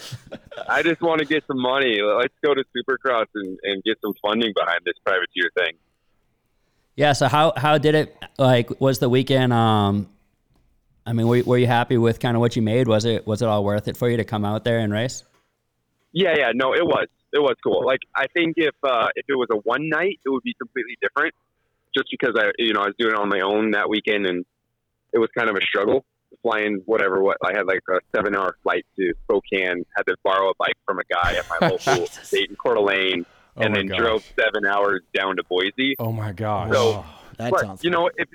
I just want to get some money. Let's go to Supercross and, and get some funding behind this privateer thing. Yeah. So how how did it like? Was the weekend? Um, I mean, were, were you happy with kind of what you made? Was it was it all worth it for you to come out there and race? Yeah, yeah, no, it was, it was cool. Like, I think if uh, if it was a one night, it would be completely different, just because I, you know, I was doing it on my own that weekend, and it was kind of a struggle flying whatever. What I had like a seven hour flight to Spokane, had to borrow a bike from a guy at [laughs] my local state in Coeur d'Alene, Oh and my then gosh. drove seven hours down to Boise. Oh my gosh. So- Oh, that but sounds. you know, if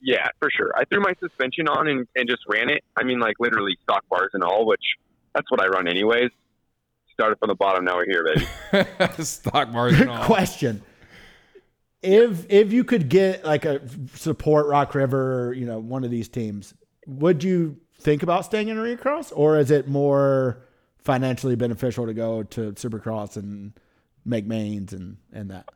yeah, for sure, I threw my suspension on and, and just ran it. I mean, like literally stock bars and all, which that's what I run anyways. Started from the bottom, now we're here, [laughs] baby. [laughs] Stock margin. Good off. question. If if you could get like a support Rock River, you know, one of these teams, would you think about staying in arena cross, or is it more financially beneficial to go to Supercross and make mains and and that?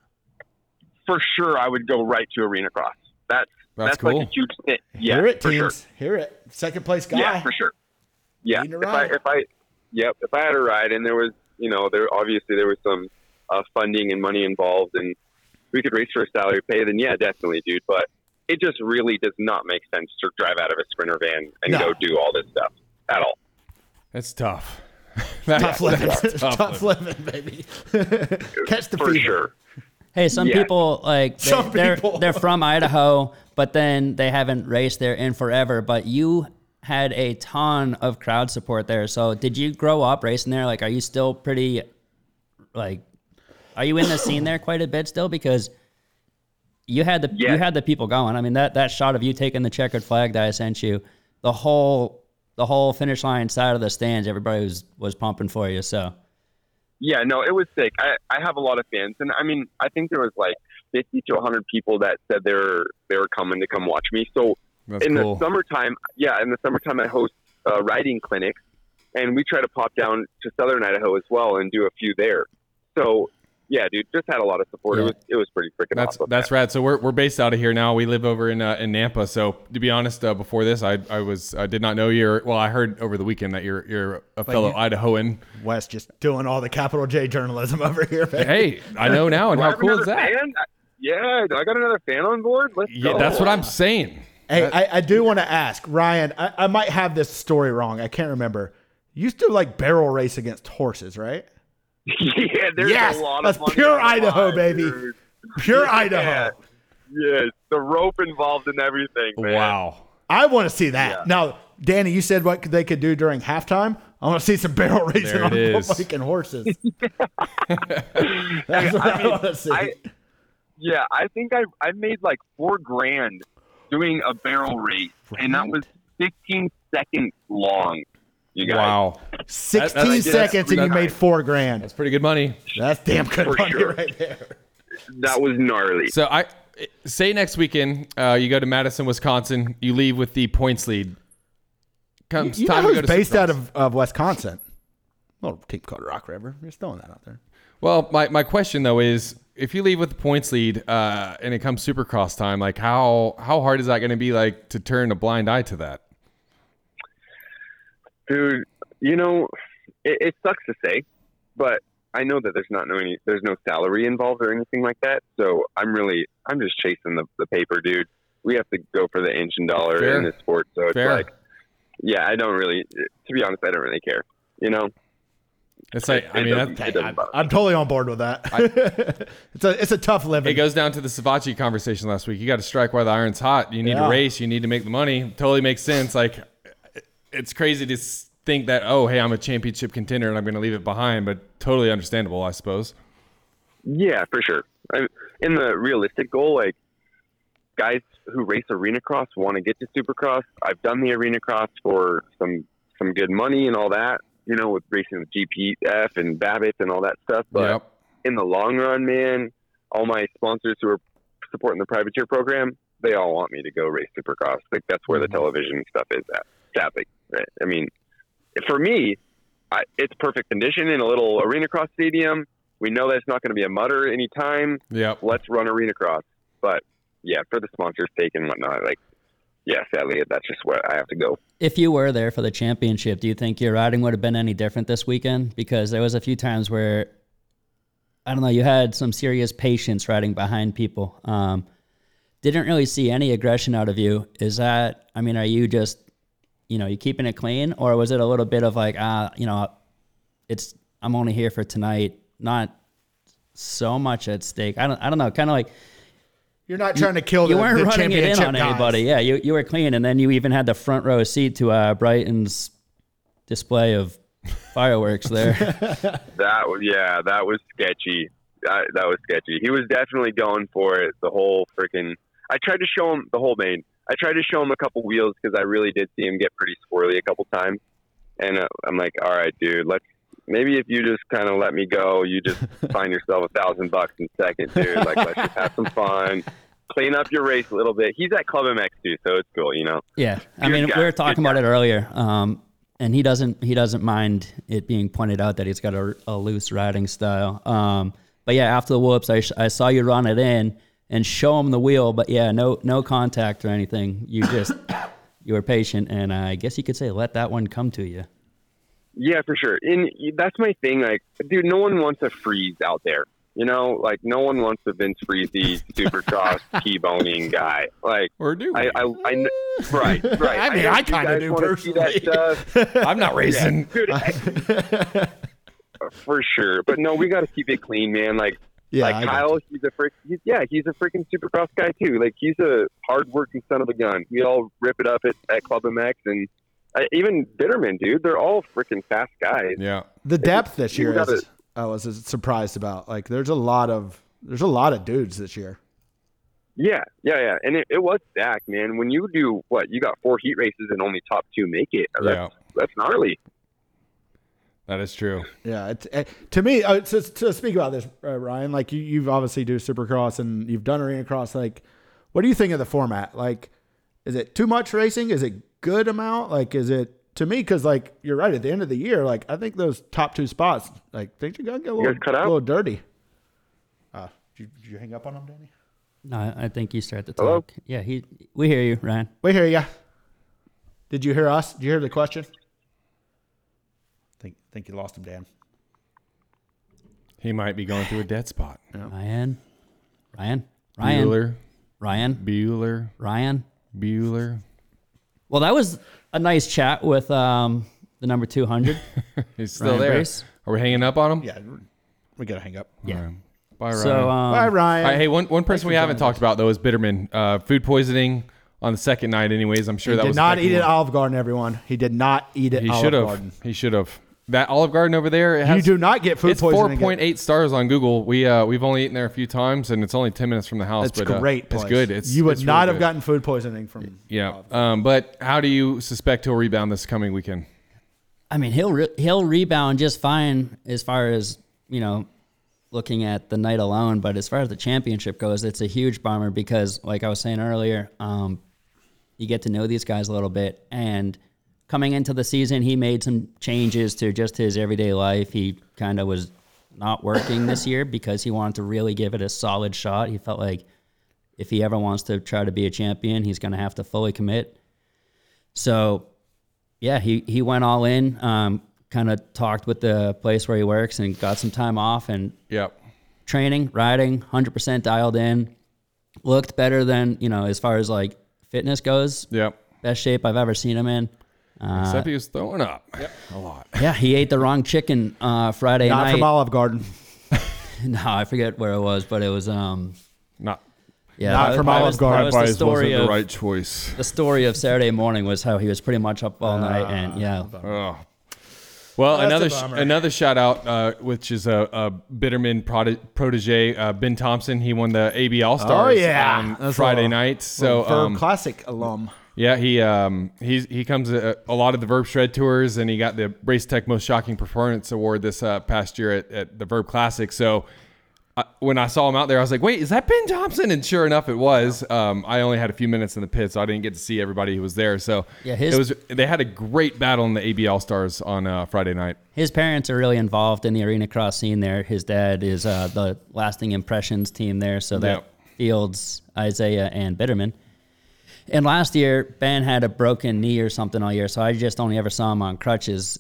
for sure I would go right to arena cross. That's That's that's, cool. like a huge thing. Yeah, Hear it, for teams. sure. Hear it. Second place guy. Yeah, for sure. Yeah, Need a if I ride. if I yep, if I had a ride and there was you know there obviously there was some uh, funding and money involved and we could race for a salary pay, then yeah, definitely, dude. But it just really does not make sense to drive out of a sprinter van and No. go do all this stuff at all. That's tough. [laughs] Tough living. [laughs] tough Tough living, baby. [laughs] Catch the For fever. sure. Hey, some Yeah. people [laughs] like they, Some they're people. they're from Idaho, but then they haven't raced there in forever. But you had a ton of crowd support there. So did you grow up racing there? Like, are you still pretty like? Are you in the scene there quite a bit still? Because you had the you Yes. had the people going. I mean that that shot of you taking the checkered flag that I sent you, the whole the whole finish line side of the stands, everybody was was pumping for you. So Yeah, no, it was sick. I, I have a lot of fans, and I mean, I think there was like fifty to hundred people that said they were they were coming to come watch me. So That's in cool. the summertime, yeah, in the summertime, I host uh, riding clinics, and we try to pop down to Southern Idaho as well and do a few there. So yeah, dude, just had a lot of support. Yeah. It was it was pretty freaking That's awesome. that's rad. So we're, we're based out of here now. We live over in uh, in Nampa. So to be honest, uh, before this, I I was I did not know you're. Well, I heard over the weekend that you're you're a fellow Idahoan. Wes just doing all the capital J journalism over here. man. Hey, [laughs] I know now, and Do I how have cool another is that? Fan? Yeah, do I got another fan on board. Let's Yeah, go. that's what I'm saying. Hey, I, I do want to ask Ryan. I, I might have this story wrong. I can't remember. You used to like barrel race against horses, right? [laughs] yeah, there's Yes, a lot that's of money pure on the line, Idaho, baby. dude. Pure Idaho. Yes, the rope involved in everything. Man. Wow. I want to see that. Now, Danny, you said what they could do during halftime. I want to see some barrel racing There on it is. fucking [laughs] horses. That's what I, want to see. I- Yeah, I think I I made like four grand doing a barrel race, and that was 15 seconds long. You guys, Wow. 16 that's- seconds and you that's- made four grand. That's pretty good money. That's damn good For money sure. right there. that was gnarly. So I say next weekend, uh, you go to Madison, Wisconsin. You leave with the points lead. Comes You know time to who's go to based out Surprise. of, of Wisconsin? Little team called Rock River. You're just throwing that out there. Well, my, my question though is, if you leave with the points lead uh, and it comes Supercross time, like how how hard is that going to be like to turn a blind eye to that? dude you know it, it sucks to say but i know that there's not no any there's no salary involved or anything like that so i'm really i'm just chasing the, the paper dude we have to go for the engine dollar Fair. in this sport so it's Fair. like yeah i don't really to be honest i don't really care you know It's like I It mean doesn't- that, it doesn't I'm, bother me. I'm totally on board with that. [laughs] it's a it's a tough it living. goes down to the Savachi conversation last week. You got to strike while the iron's hot. You need Yeah. to race. You need to make the money. Totally makes sense. Like it's crazy to s- think that oh hey I'm a championship contender and I'm going to leave it behind, but totally understandable I suppose. Yeah, for sure. I, in the realistic goal, like guys who race arena cross want to get to supercross. I've done the arena cross for some some good money and all that. You know, with racing with GPF and Babbitt and all that stuff. But yep. in the long run, man, all my sponsors who are supporting the privateer program, they all want me to go race supercross. Like that's where the television stuff is at. Sadly, right? I mean, for me, I, it's perfect condition in a little arena cross stadium. We know that it's not going to be a mutter anytime. Yep. Let's run arena cross. But yeah, for the sponsors' sake and whatnot, like, yeah, sadly, that's just where I have to go. If you were there for the championship, do you think your riding would have been any different this weekend? Because there was a few times where I don't know, you had some serious patience riding behind people. Um, didn't really see any aggression out of you. Is that? I mean, are you just, you know, you keeping it clean, or was it a little bit of like, ah, you know, it's I'm only here for tonight, not so much at stake. I don't, I don't know, kind of like You're not trying to kill Oh, the, you weren't the running it in championship on guys. anybody. Yeah, you, you were clean, and then you even had the front row seat to uh, Brighton's display of [laughs] fireworks there. That was yeah, that was sketchy. That, that was sketchy. He was definitely going for it the whole freaking. I tried to show him the whole main. I tried to show him a couple wheels because I really did see him get pretty squirrely a couple times, and uh, I'm like, all right, dude, let's. Maybe if you just kind of let me go, you just find yourself a thousand bucks in second, dude. Like, let's just have some fun, clean up your race a little bit. He's at Club MX too, so it's cool, you know. yeah, I Good mean guy, we were talking good about it earlier, um, and he doesn't he doesn't mind it being pointed out that he's got a, a loose riding style. Um, but yeah, after the whoops, I, sh- I saw you run it in and show him the wheel, but yeah, no no contact or anything. You just [coughs] you were patient, and I guess you could say let that one come to you. Yeah, for sure. And that's my thing. Like, dude, no one wants a freeze out there. You know, like no one wants a Vince Freezy [laughs] supercross T-boning guy. Like, Or do I, I, I kn- [laughs] right, right. I mean, know I you kinda guys do wanna see personally. That [laughs] stuff. [laughs] I'm not racing. Dude, [laughs] I- for sure. But no, we got to keep it clean, man. Like, Yeah, I like got Kyle, he's a frick. He's, yeah, he's a freaking supercross guy too. Like he's a hardworking son of a gun. We all rip it up at, at Club MX and uh, even Bitterman, dude. They're all freaking fast guys. Yeah. the depth this you year gotta- is, I was surprised about. Like, there's a lot of there's a lot of dudes this year. Yeah, yeah, yeah. And it, it was stacked, man. When you do what you got four heat races and only top two make it. That's, Yeah. that's gnarly. That is true. Yeah, it's, eh, to me, uh, to, to speak about this, uh, Ryan, like you, you've obviously do Supercross and you've done Arena Cross. Like, what do you think of the format? Like, is it too much racing? Is it good amount? Like, is it to me because like you're right at the end of the year, like I think those top two spots, like things are gonna get a little, guys cut out? little dirty. Uh, did, you, did you hang up on them, Danny? No, I- I think you start the talk. Hello? Yeah, he. We hear you, Ryan. We hear ya. Did you hear us? Did you hear the question? Think think you lost him, Dan. He might be going through a dead spot. Ryan, Ryan, Ryan, Bueller, Ryan, Bueller, Ryan. Bueller. Well, that was a nice chat with um, the number two hundred. He's still Ryan there. Brace? Are we hanging up on him? Yeah, we gotta hang up. yeah. Bye, Ryan. So All um, Bye, Ryan. right, hey, one, one person we haven't talked about though is Bitterman. Uh, food poisoning on the second night, anyways. I'm sure he that did was not affecting eat at him. Olive Garden, everyone. He did not eat at He Olive should Garden. have. He should have. That Olive Garden over there. It You has, do not get food it's poisoning. at- 4.8 stars on Google. We uh, we've only eaten there a few times, and it's only 10 minutes from the house. It's but, uh, great. Place. It's good. It's you would it's really not have good. gotten food poisoning from. Yeah. Um, but how do you suspect he'll rebound this coming weekend? I mean, he'll re- he'll rebound just fine as far as you know, looking at the night alone. But as far as the championship goes, it's a huge bummer because, like I was saying earlier, um, you get to know these guys a little bit. And coming into the season, he made some changes to just his everyday life. He kind of was not working this year because he wanted to really give it a solid shot. He felt like if he ever wants to try to be a champion, he's going to have to fully commit. So yeah, he he went all in. Um, kind of talked with the place where he works and got some time off and Yep. training, riding, hundred percent dialed in. Looked better than you know as far as like fitness goes. Yep. Best shape I've ever seen him in. Except he was throwing up a lot. Yeah, he ate the wrong chicken uh, Friday Not from night. Olive Garden. [laughs] [laughs] no, I forget where it was, but it was um Not yeah Not that from was- that Olive was- Garden. That was the story of choice. the story of Saturday morning was how he was pretty much up Uh, all night and yeah Oh. Well, That's another a sh- bummer. another shout out, uh, which is a, a Bitterman prodi- protege, uh, Ben Thompson. He won the AB All Stars Oh, yeah. on That's a um, Friday little- night. So Verb um, Classic alum. Yeah, he um he's he comes a, a lot of the Verb Shred tours, and he got the Race Tech Most Shocking Performance Award this uh, past year at, at the Verb Classic. So I, when I saw him out there, I was like, "Wait, is that Ben Thompson?" And sure enough, it was. Um, I only had a few minutes in the pit, so I didn't get to see everybody who was there. So Yeah, his- it was. They had a great battle in the AB All Stars on uh, Friday night. his parents are really involved in the arena cross scene there. His dad is uh, the Lasting Impressions team there, so that Yep. fields Isaiah and Bitterman. And last year, Ben had a broken knee or something all year, so I just only ever saw him on crutches.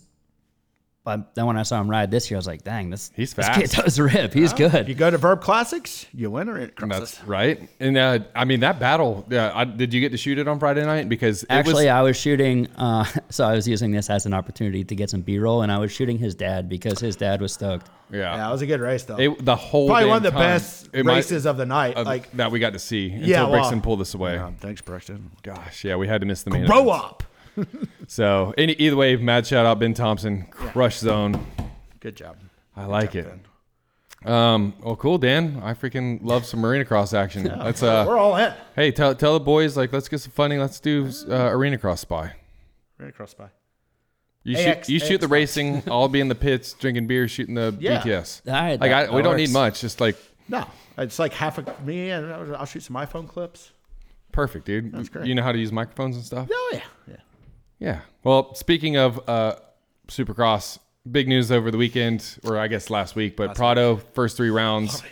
But then when I saw him ride this year, I was like, "Dang, this He's this fast. kid does rip. He's good." You go to Verb Classics, you win or it crosses. That's right. And uh, I mean that battle. Uh, I, did you get to shoot it on Friday night? Because it was, Actually, I was shooting, uh, [laughs] so I was using this as an opportunity to get some B roll, and I was shooting his dad because his dad was stoked. yeah. yeah, it was a good race though. It, the whole Probably one of the damn time, best it might- races of the night. of- like, that we got to see until Yeah, well- Brixton pulled us away. Um, thanks, Brexton. Gosh, yeah, we had to miss the main. Grow event. up. So any, either way, mad shout out Ben Thompson, crush zone. Good job. I like it. Um, well, cool, Dan. I freaking love some arena cross action. That's uh, We're all in. hey, tell tell the boys like let's get some funding. Let's do uh, arena cross spy. Right across by. You AX shoot, you shoot the AX. racing. I'll be in the pits drinking beer, shooting the Yeah. BTS. All right, like I, that- we that don't works. need much. Just like No, it's like half a me, and I'll shoot some iPhone clips. perfect, dude. That's great. You know how to use microphones and stuff. Oh yeah, yeah. Yeah. Well, speaking of uh, Supercross, big news over the weekend, or I guess last week, but Prado, first three rounds.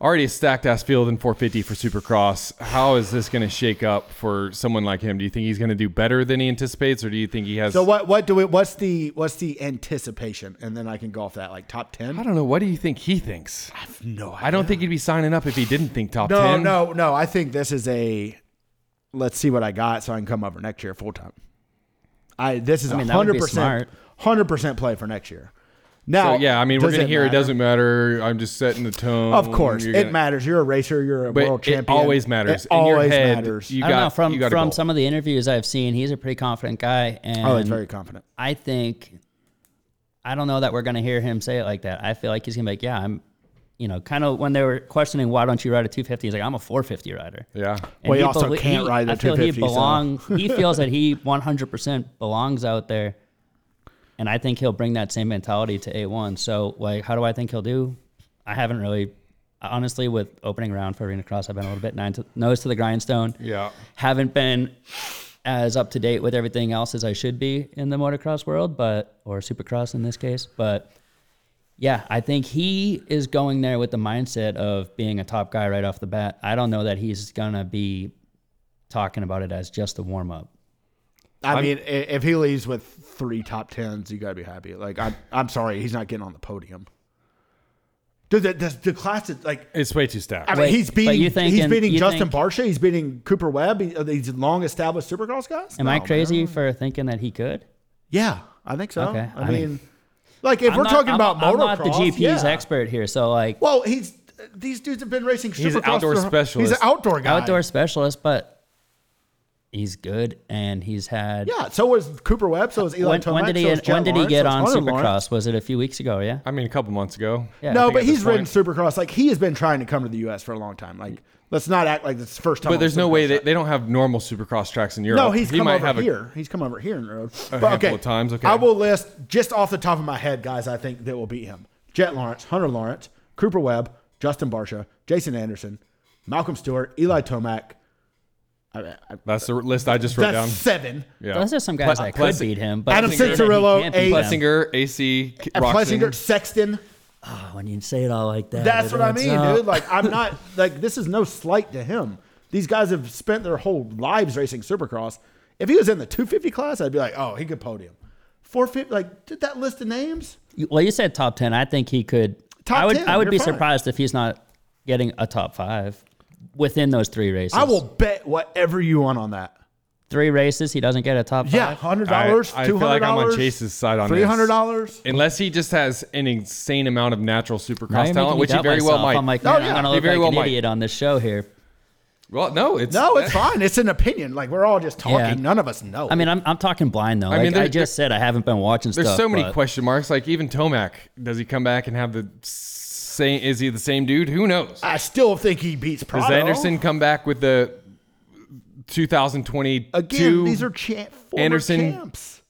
Already a stacked ass field in 450 for Supercross. How is this going to shake up for someone like him? Do you think he's going to do better than he anticipates, or do you think he has? So what? What do we? What's the? What's the anticipation? And then I can go off that like top ten. I don't know. What do you think he thinks? No, I don't think he'd be signing up if he didn't think top No, 10. no, no. I think this is a let's see what I got so I can come over next year full time. I this is mean, that would hundred be percent, smart. hundred percent play for next year. So, Now, yeah, I mean, we're does going to hear it matter? doesn't matter. I'm just setting the tone. Of course, You're it gonna- matters. You're a racer. You're a But world it champion. always matters. It In your always head, matters. You I don't got know from you got a from goal. some of the interviews I've seen, he's a pretty confident guy, and oh, he's very confident. I think I don't know that we're gonna hear him say it like that. I feel like he's gonna be like, yeah, I'm, you know, kind of when they were questioning why don't you ride a 250, he's like, I'm a 450 rider. Yeah. And Well, he also can't he- ride a I feel he 250, so- belongs. [laughs] he feels that he 100 percent belongs out there, and I think he'll bring that same mentality to A1. So, like, how do I think he'll do? I haven't really, honestly, with opening round for Arena Cross, I've been a little bit nine to, nose to the grindstone. Yeah. haven't been as up to date with everything else as I should be in the motocross world, but or supercross in this case. But yeah, I think he is going there with the mindset of being a top guy right off the bat. I don't know that he's gonna be talking about it as just a warm up. I mean, i- if he leaves with three top tens, you gotta be happy. Like I'm, I'm sorry, he's not getting on the podium. Dude, the, the, the class is like It's way too stacked. I mean, Wait, he's but beating you thinking- he's beating you Justin think- Barsha, he's beating Cooper Webb, he- are these long established Supercross guys. Am No, I man. crazy for thinking that he could? Yeah, I think so. Okay, I, I mean, mean- like if I'm we're not- talking I'm- about I'm motocross, not the GP's yeah. expert here, so like Well, he's these dudes have been racing. He's an Supercross outdoor their- He's specialist. an outdoor guy. outdoor specialist, but he's good and he's had. Yeah. So was Cooper Webb. So was Eli When, Tomac. when did he so was Jet when did Lawrence, he get so was on Hunter Supercross? Lawrence. Was it a few weeks ago? Yeah. I mean, a couple months ago. Yeah. I No, think but at this he's ridden point. Supercross. Like he has been trying to come to the U.S. for a long time. Like let's not act like this is the first time. But on there's no Supercross way that track. they don't have normal supercross tracks in Europe. No, he's he come might over have a here. he's come over here and rode. But, handful okay, of times, okay. I will list just off the top of my head, guys. I think that will beat him: Jet Lawrence, Hunter Lawrence, Cooper Webb, Justin Barsha, Jason Anderson, Malcolm Stewart, Eli Tomac. I, I, That's the list I just wrote that's down. seven. Yeah. Those are some guys Ple- that could Plessy- beat him. But Adam I think that he Cincerillo, can't beat a- them. Plessinger, AC, K- And Plessinger, Roxon. Sexton. Oh, when you say it all like that, That's it what I adds mean, up. dude. Like I'm not like this is no slight to him. These guys have spent their whole lives racing Supercross. If he was in the 250 class, I'd be like, oh, he could podium. 450, like did that list of names? You- Well, you said top ten. I think he could. Top I would. 10, I would you're be fine. surprised if he's not getting a top five within those three races. I will bet whatever you want on that. Three races, he doesn't get a top. Yeah, five. hundred I, dollars, I two feel hundred like I'm dollars, on Chase's side on this. three hundred dollars. Unless he just has an insane amount of natural Now supercross you're making talent, me which he doubt very well myself. might. I'm like, Oh, man, yeah. I'm gonna He look very like well an might. idiot on this show here. well, no, it's No, it's fine. It's an opinion. Like we're all just talking. Yeah. None of us know. I mean, I'm, I'm talking blind though. Like, I mean, there- just said I haven't been watching There's stuff. so many but- question marks. Like even Tomac, does he come back and have the same? Is he the same dude? Who knows? I still think he beats Prado. Does Anderson come back with the 2022? Again, these are cha- former Anderson- champs.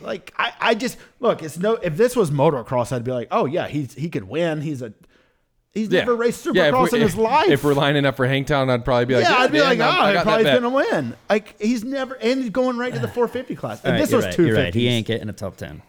Like I, I just look. It's no. If this was motocross, I'd be like, oh yeah, he's he could win. He's a he's Yeah. never raced Yeah, if supercross we- in his if- [laughs] life. If we're lining up for Hangtown, I'd probably be like, yeah, I'd be man, like, I- I oh, got he that probably's bet." gonna win. Like he's never, and he's going right to the 450 class. If All right, this you're was right, two you're right. He ain't fifty. getting a top ten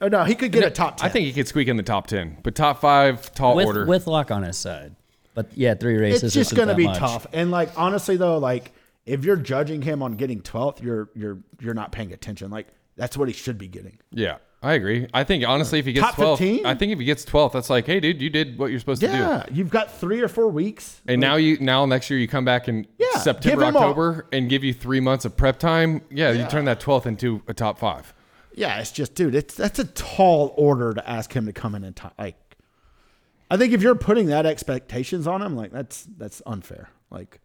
Oh no, he could get a top ten. I think he could squeak in the top ten, but top five, tall with order. with luck on his side. But yeah, three races. it's just isn't gonna that be much. tough. And like honestly though, like if you're judging him on getting 12th, you're you're you're not paying attention. Like that's what he should be getting. yeah, I agree. I think honestly, if he gets Top 12, 15? I think if he gets 12, that's like, hey, dude, you did what you're supposed to do. Yeah, you've got three or four weeks. And now you now next year you come back in Yeah, September give him a- October and give you three months of prep time. Yeah, you turn that twelfth into a top five. Yeah, it's just, dude, it's that's a tall order to ask him to come in and t- like. I think if you're putting that expectations on him, like that's that's unfair. Like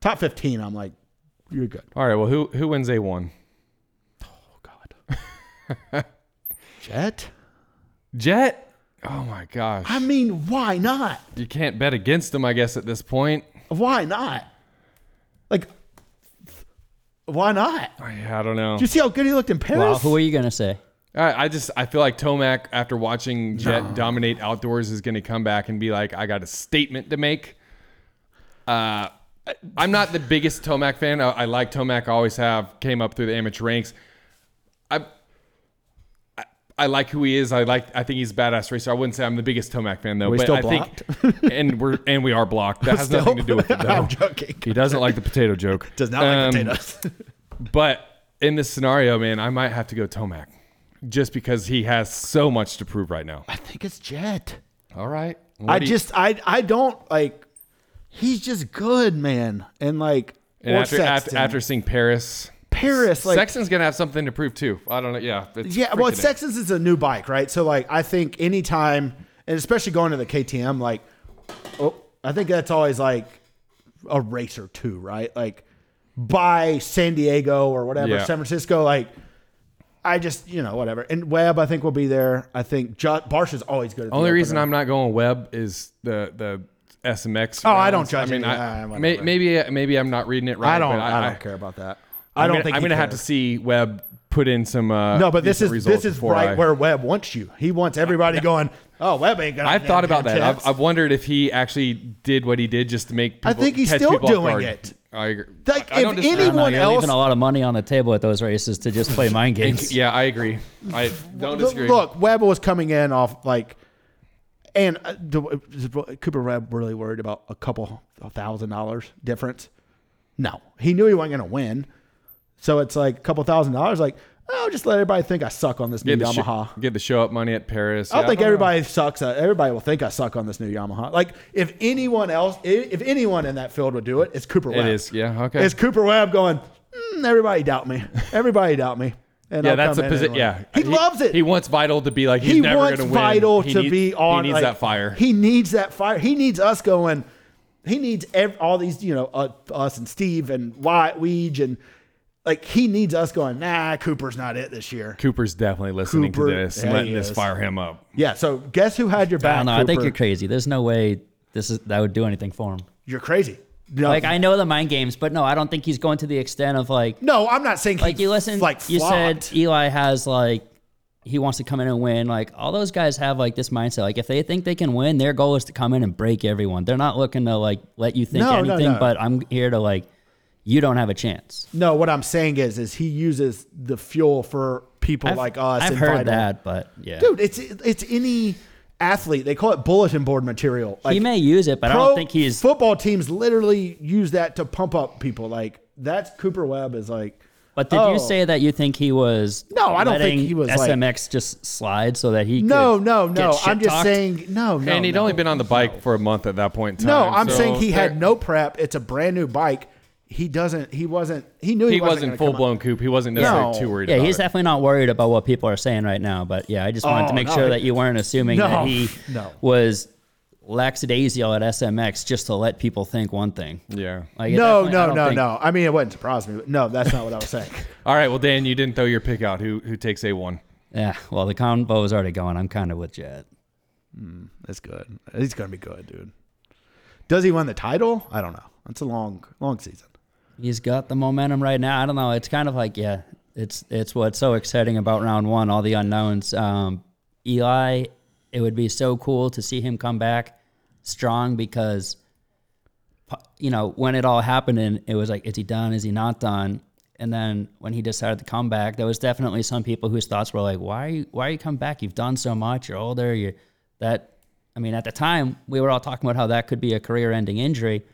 top fifteen, I'm like, you're good. All right. Well, who who wins a one? Oh God, Jet. Jet. Oh my gosh, I mean, why not? you can't bet against him. I guess at this point, Why not? Like, why not? I, I don't know. Did you see how good he looked in Paris? Wow, who are you gonna say? I, I just I feel like Tomac after watching Jet dominate outdoors is going to come back and be like, I got a statement to make. Uh, I- I'm not the biggest Tomac fan. I, I like Tomac. I always have. Came up through the amateur ranks. I, I I like who he is. I like. I think he's a badass racer. I wouldn't say I'm the biggest Tomac fan though. We but still I think, [laughs] and we're and we are blocked. That has Still? nothing to do with [laughs] it though. I'm joking. He doesn't like the potato joke. Does not like Um, potatoes. [laughs] but in this scenario, man, I might have to go Tomac just because he has so much to prove right now. I think it's Jet. All right. What I do you- just, I, I don't like. He's just good, man, and like. and or after, after Sexton. after seeing Paris, Paris, like Sexton's gonna have something to prove too. I don't know. Yeah. it's yeah, well, freaking- Sexton's is a new bike, right? So like, I think anytime, and especially going to the KTM, like, oh, I think that's always like a race or two, right? Like by San Diego or whatever, Yeah. San Francisco, like. I just, you know, whatever. And Webb, I think, will be there. I think Ju- Barsh is always good. At the Only reason opener. I'm not going Webb is the the SMX. Oh, I don't rounds. judge I mean, it. I, Ah, whatever. may, maybe maybe I'm not reading it right. I don't. but I, don't care about that. I I'm don't gonna- think I'm he gonna have to cares. see Webb put in some. Uh, No, but this decent is results this is before right I- where Webb wants you. He [laughs] wants everybody going. Oh, Webb ain't gonna. I've thought about that. contest." I've, I've wondered if he actually did what he did just to make. People, I think he's catch still people off doing guard. it. I agree. Like, I- I don't if disagree. No, anyone you're else leaving a lot of money on the table at those races to just [laughs] play mind games. Yeah, I agree. I don't Look- disagree. Look, Webb was coming in off like, and uh, do- is Cooper Webb really worried about a couple thousand dollars difference? No, he knew he wasn't going to win, so it's like a couple thousand dollars. Like, oh, just let everybody think I suck on this new get the, Yamaha. sho- get the show up money at Paris. I don't Yeah, think know. everybody sucks. At, everybody will think I suck on this new Yamaha. Like, if anyone else, i- if anyone in that field would do it, it's Cooper Webb. It is. Yeah. Okay. It's Cooper Webb going. Mm, everybody doubt me. Everybody doubt me. And yeah, I'll that's come a in position. and win." Yeah, he, loves it. He wants Vital to be like he's he never wants going to win. Vital He to needs- be on. He needs like, that fire. He needs that fire. He needs us going. He needs ev- all these, you know, uh, us and Steve and Wyatt Weege and like he needs us going. Nah, Cooper's not it this year. Cooper's definitely listening Cooper- to this Yeah, and letting he this is. fire him up. Yeah. So guess who had your I back? don't know. I think Cooper? you're crazy. There's no way this is that would do anything for him. You're crazy. No, Like I know the mind games, but no, I don't think he's going to the extent of like no, I'm not saying like he you listen. Like you said, flopped. Eli has like he wants to come in and win. Like all those guys have like this mindset. Like if they think they can win, their goal is to come in and break everyone. They're not looking to like let you think No, no, anything. no. But I'm here to like you don't have a chance. No, what I'm saying is, is he uses the fuel for people like us. I've and heard Vital. that, but yeah, dude. It's it's any athlete. They call it bulletin board material. Like, he may use it, but I pro don't think he's. football teams literally use that to pump up people. Like that's Cooper Webb is like. But did oh. you say that you think he was? No, I don't think letting he was, like- SMX just slide so that he. No, could no, get no. I'm just shit-talked? saying no, no. and he'd no. only been on the bike for a month at that point in No, time. I'm so saying he had there- no prep. It's a brand new bike. He doesn't. He wasn't. He knew he, He wasn't gonna come full up. blown coop. He wasn't necessarily No. too worried. Yeah, about he's it. definitely not worried about what people are saying right now. But yeah, I just wanted Oh, to make no. sure that you weren't assuming No, that he no. was lackadaisical at SMX just to let people think one thing. Yeah. Like, it No, definitely- I no, don't no, think- no. I mean, it wouldn't surprise me. But no, that's not what I was [laughs] saying. All right. Well, Dan, you didn't throw your pick out. Who who takes a one? Yeah, well, the convo is already going. I'm kind of with Jet. That's good. He's gonna be good, dude. Does he win the title? I don't know. It's a long, long season. He's got the momentum right now. I don't know. It's kind of like yeah, it's it's what's so exciting about round one, all the unknowns. Um, Eli, it would be so cool to see him come back strong because you know when it all happened and it was like is he done is he not done and then when he decided to come back there was definitely some people whose thoughts were like why are you why are you coming back you've done so much you're older you that i mean at the time we were all talking about how that could be a career ending injury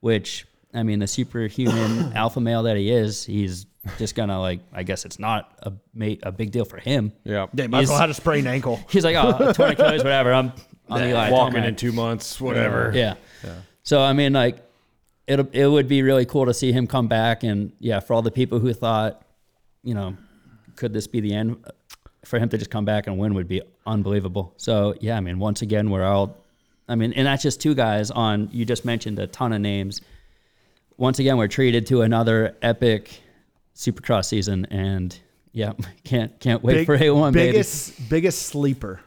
which i mean the superhuman [coughs] alpha male that he is he's just gonna like i guess it's not a ma- a big deal for him Yeah. They might as He's- well have a sprained ankle. he's like oh 20 kilos whatever i'm on Eli Walking Tomac. in two months, whatever. Yeah. So I mean, like, it it would be really cool to see him come back, and yeah, for all the people who thought, you know, could this be the end? For him to just come back and win would be unbelievable. So yeah, I mean, once again, we're all, I mean, and that's just two guys on. You just mentioned a ton of names. Once again, we're treated to another epic Supercross season, and yeah, [laughs] can't can't wait for A one, baby. biggest biggest sleeper,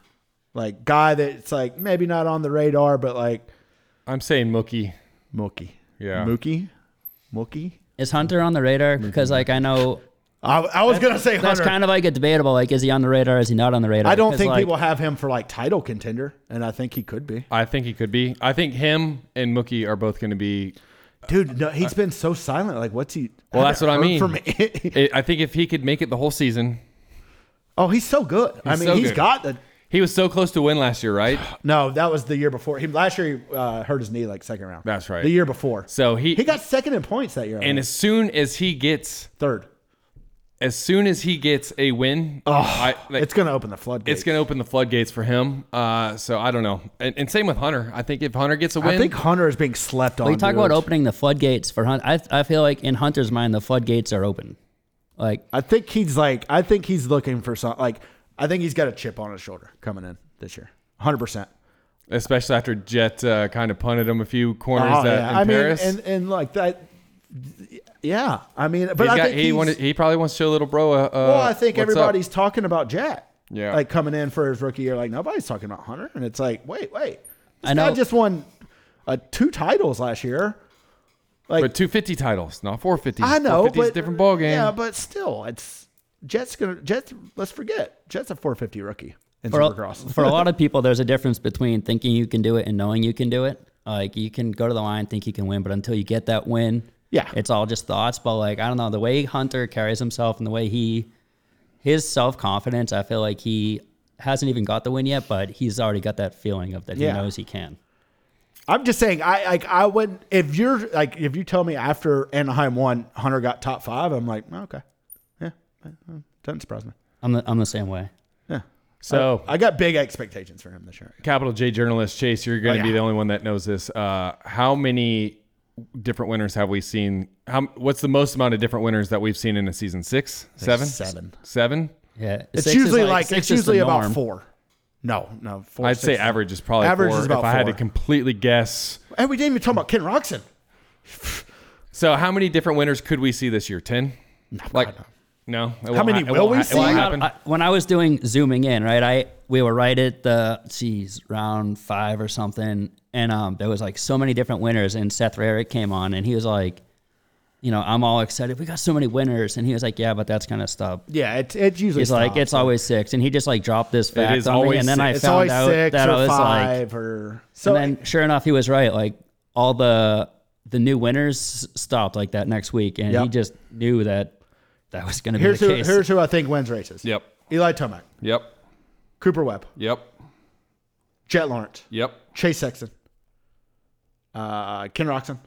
like guy that's like maybe not on the radar, but like I'm saying Mookie. Mookie. Yeah. Mookie, Mookie. Is Hunter on the radar? Because like I know I, I was gonna say That's Hunter. kind of like a debatable. Like, is he on the radar? Is he not on the radar? I don't Because, think like, people have him for like title contender, and I think he could be. I think he could be. I think him and Mookie are both going to [laughs] be. Dude, no, he's been so silent. Like, what's he? Well, that's what I haven't mean. heard From it. I I think if he could make it the whole season, [laughs] oh, he's so good. I He's mean, so he's good. got the. he was so close to win last year, [sighs] right? No, that was the year before. He last year he uh, hurt his knee like second round. That's right. The year before, So he, he got second in points that year. I and think. as soon as he gets, third. as soon as he gets a win, I, like, It's gonna open the floodgates. it's going to open the floodgates for him. Uh, so I don't know. And, and same with Hunter. I think if Hunter gets a win, I think Hunter is being slept on. We talk dude. about opening the floodgates for Hunter. I, I feel like in Hunter's mind, the floodgates are open. Like, I think he's like I think he's looking for something like I think he's got a chip on his shoulder coming in this year. 100%. especially after Jet uh, kind of punted him a few corners Oh, that, yeah. in I Paris. mean and, and like that yeah, I mean but He's I got- think he he's- wanted, he probably wants to show little bro. Uh, Well, I think what's up. everybody's talking about Jack. Yeah. Like coming in for his rookie year like nobody's talking about Hunter and it's like, "Wait, wait. This I know- guy just won uh, two titles last year. Like But 250 titles, not 450. I know, 450 's but a different ball game. Yeah, but still, it's Jets gonna Jets. Let's forget Jets a 450 rookie in for, a- Supercross. [laughs] for a lot of people, there's a difference between thinking you can do it and knowing you can do it. Like, you can go to the line, think you can win, but until you get that win, Yeah. it's all just thoughts. But like I don't know, the way Hunter carries himself and the way he his self confidence, I feel like he hasn't even got the win yet, but he's already got that feeling of that Yeah. he knows he can. I'm just saying, I like I would if you're like if you tell me after Anaheim won, Hunter got top five. I'm like, oh, okay, yeah, uh, doesn't surprise me. I'm the I'm the same way. So I got big expectations for him this year. capital J journalist Chase, you're going to Oh, be yeah. the only one that knows this. Uh, how many different winners have we seen? How what's the most amount of different winners that we've seen in a season? Six, seven, seven. seven. Yeah, It's six is usually like, six it's is the usually about norm. four. No, no, four. I'd say six. average is probably Average four, is about if I had to four. completely guess. And we didn't even talk about Ken Roxon. So how many different winners could we see this year? Ten? like no. it won't many it will won't we it see? won't Well, I happen. I- when I was doing zooming in, right, I we were right at the geez round five or something, and um, there was like so many different winners, and Seth Rarick came on, and he was like, you know, I'm all excited, we got so many winners, and he was like, yeah, but that's kind of stuff. Yeah, it's it's usually He's like, five. it's always six, and he just like dropped this fact is on me, always and then I it's found always out six that I or was like, five or so. and then sure enough, he was right. Like all the the new winners stopped like that next week, and he Yep. just knew that that was going to be here's the who case. here's who I think wins races. Yep. Eli Tomac, Yep. Cooper Webb, Yep. Jet Lawrence, Yep. Chase Sexton, uh, Ken Roxon.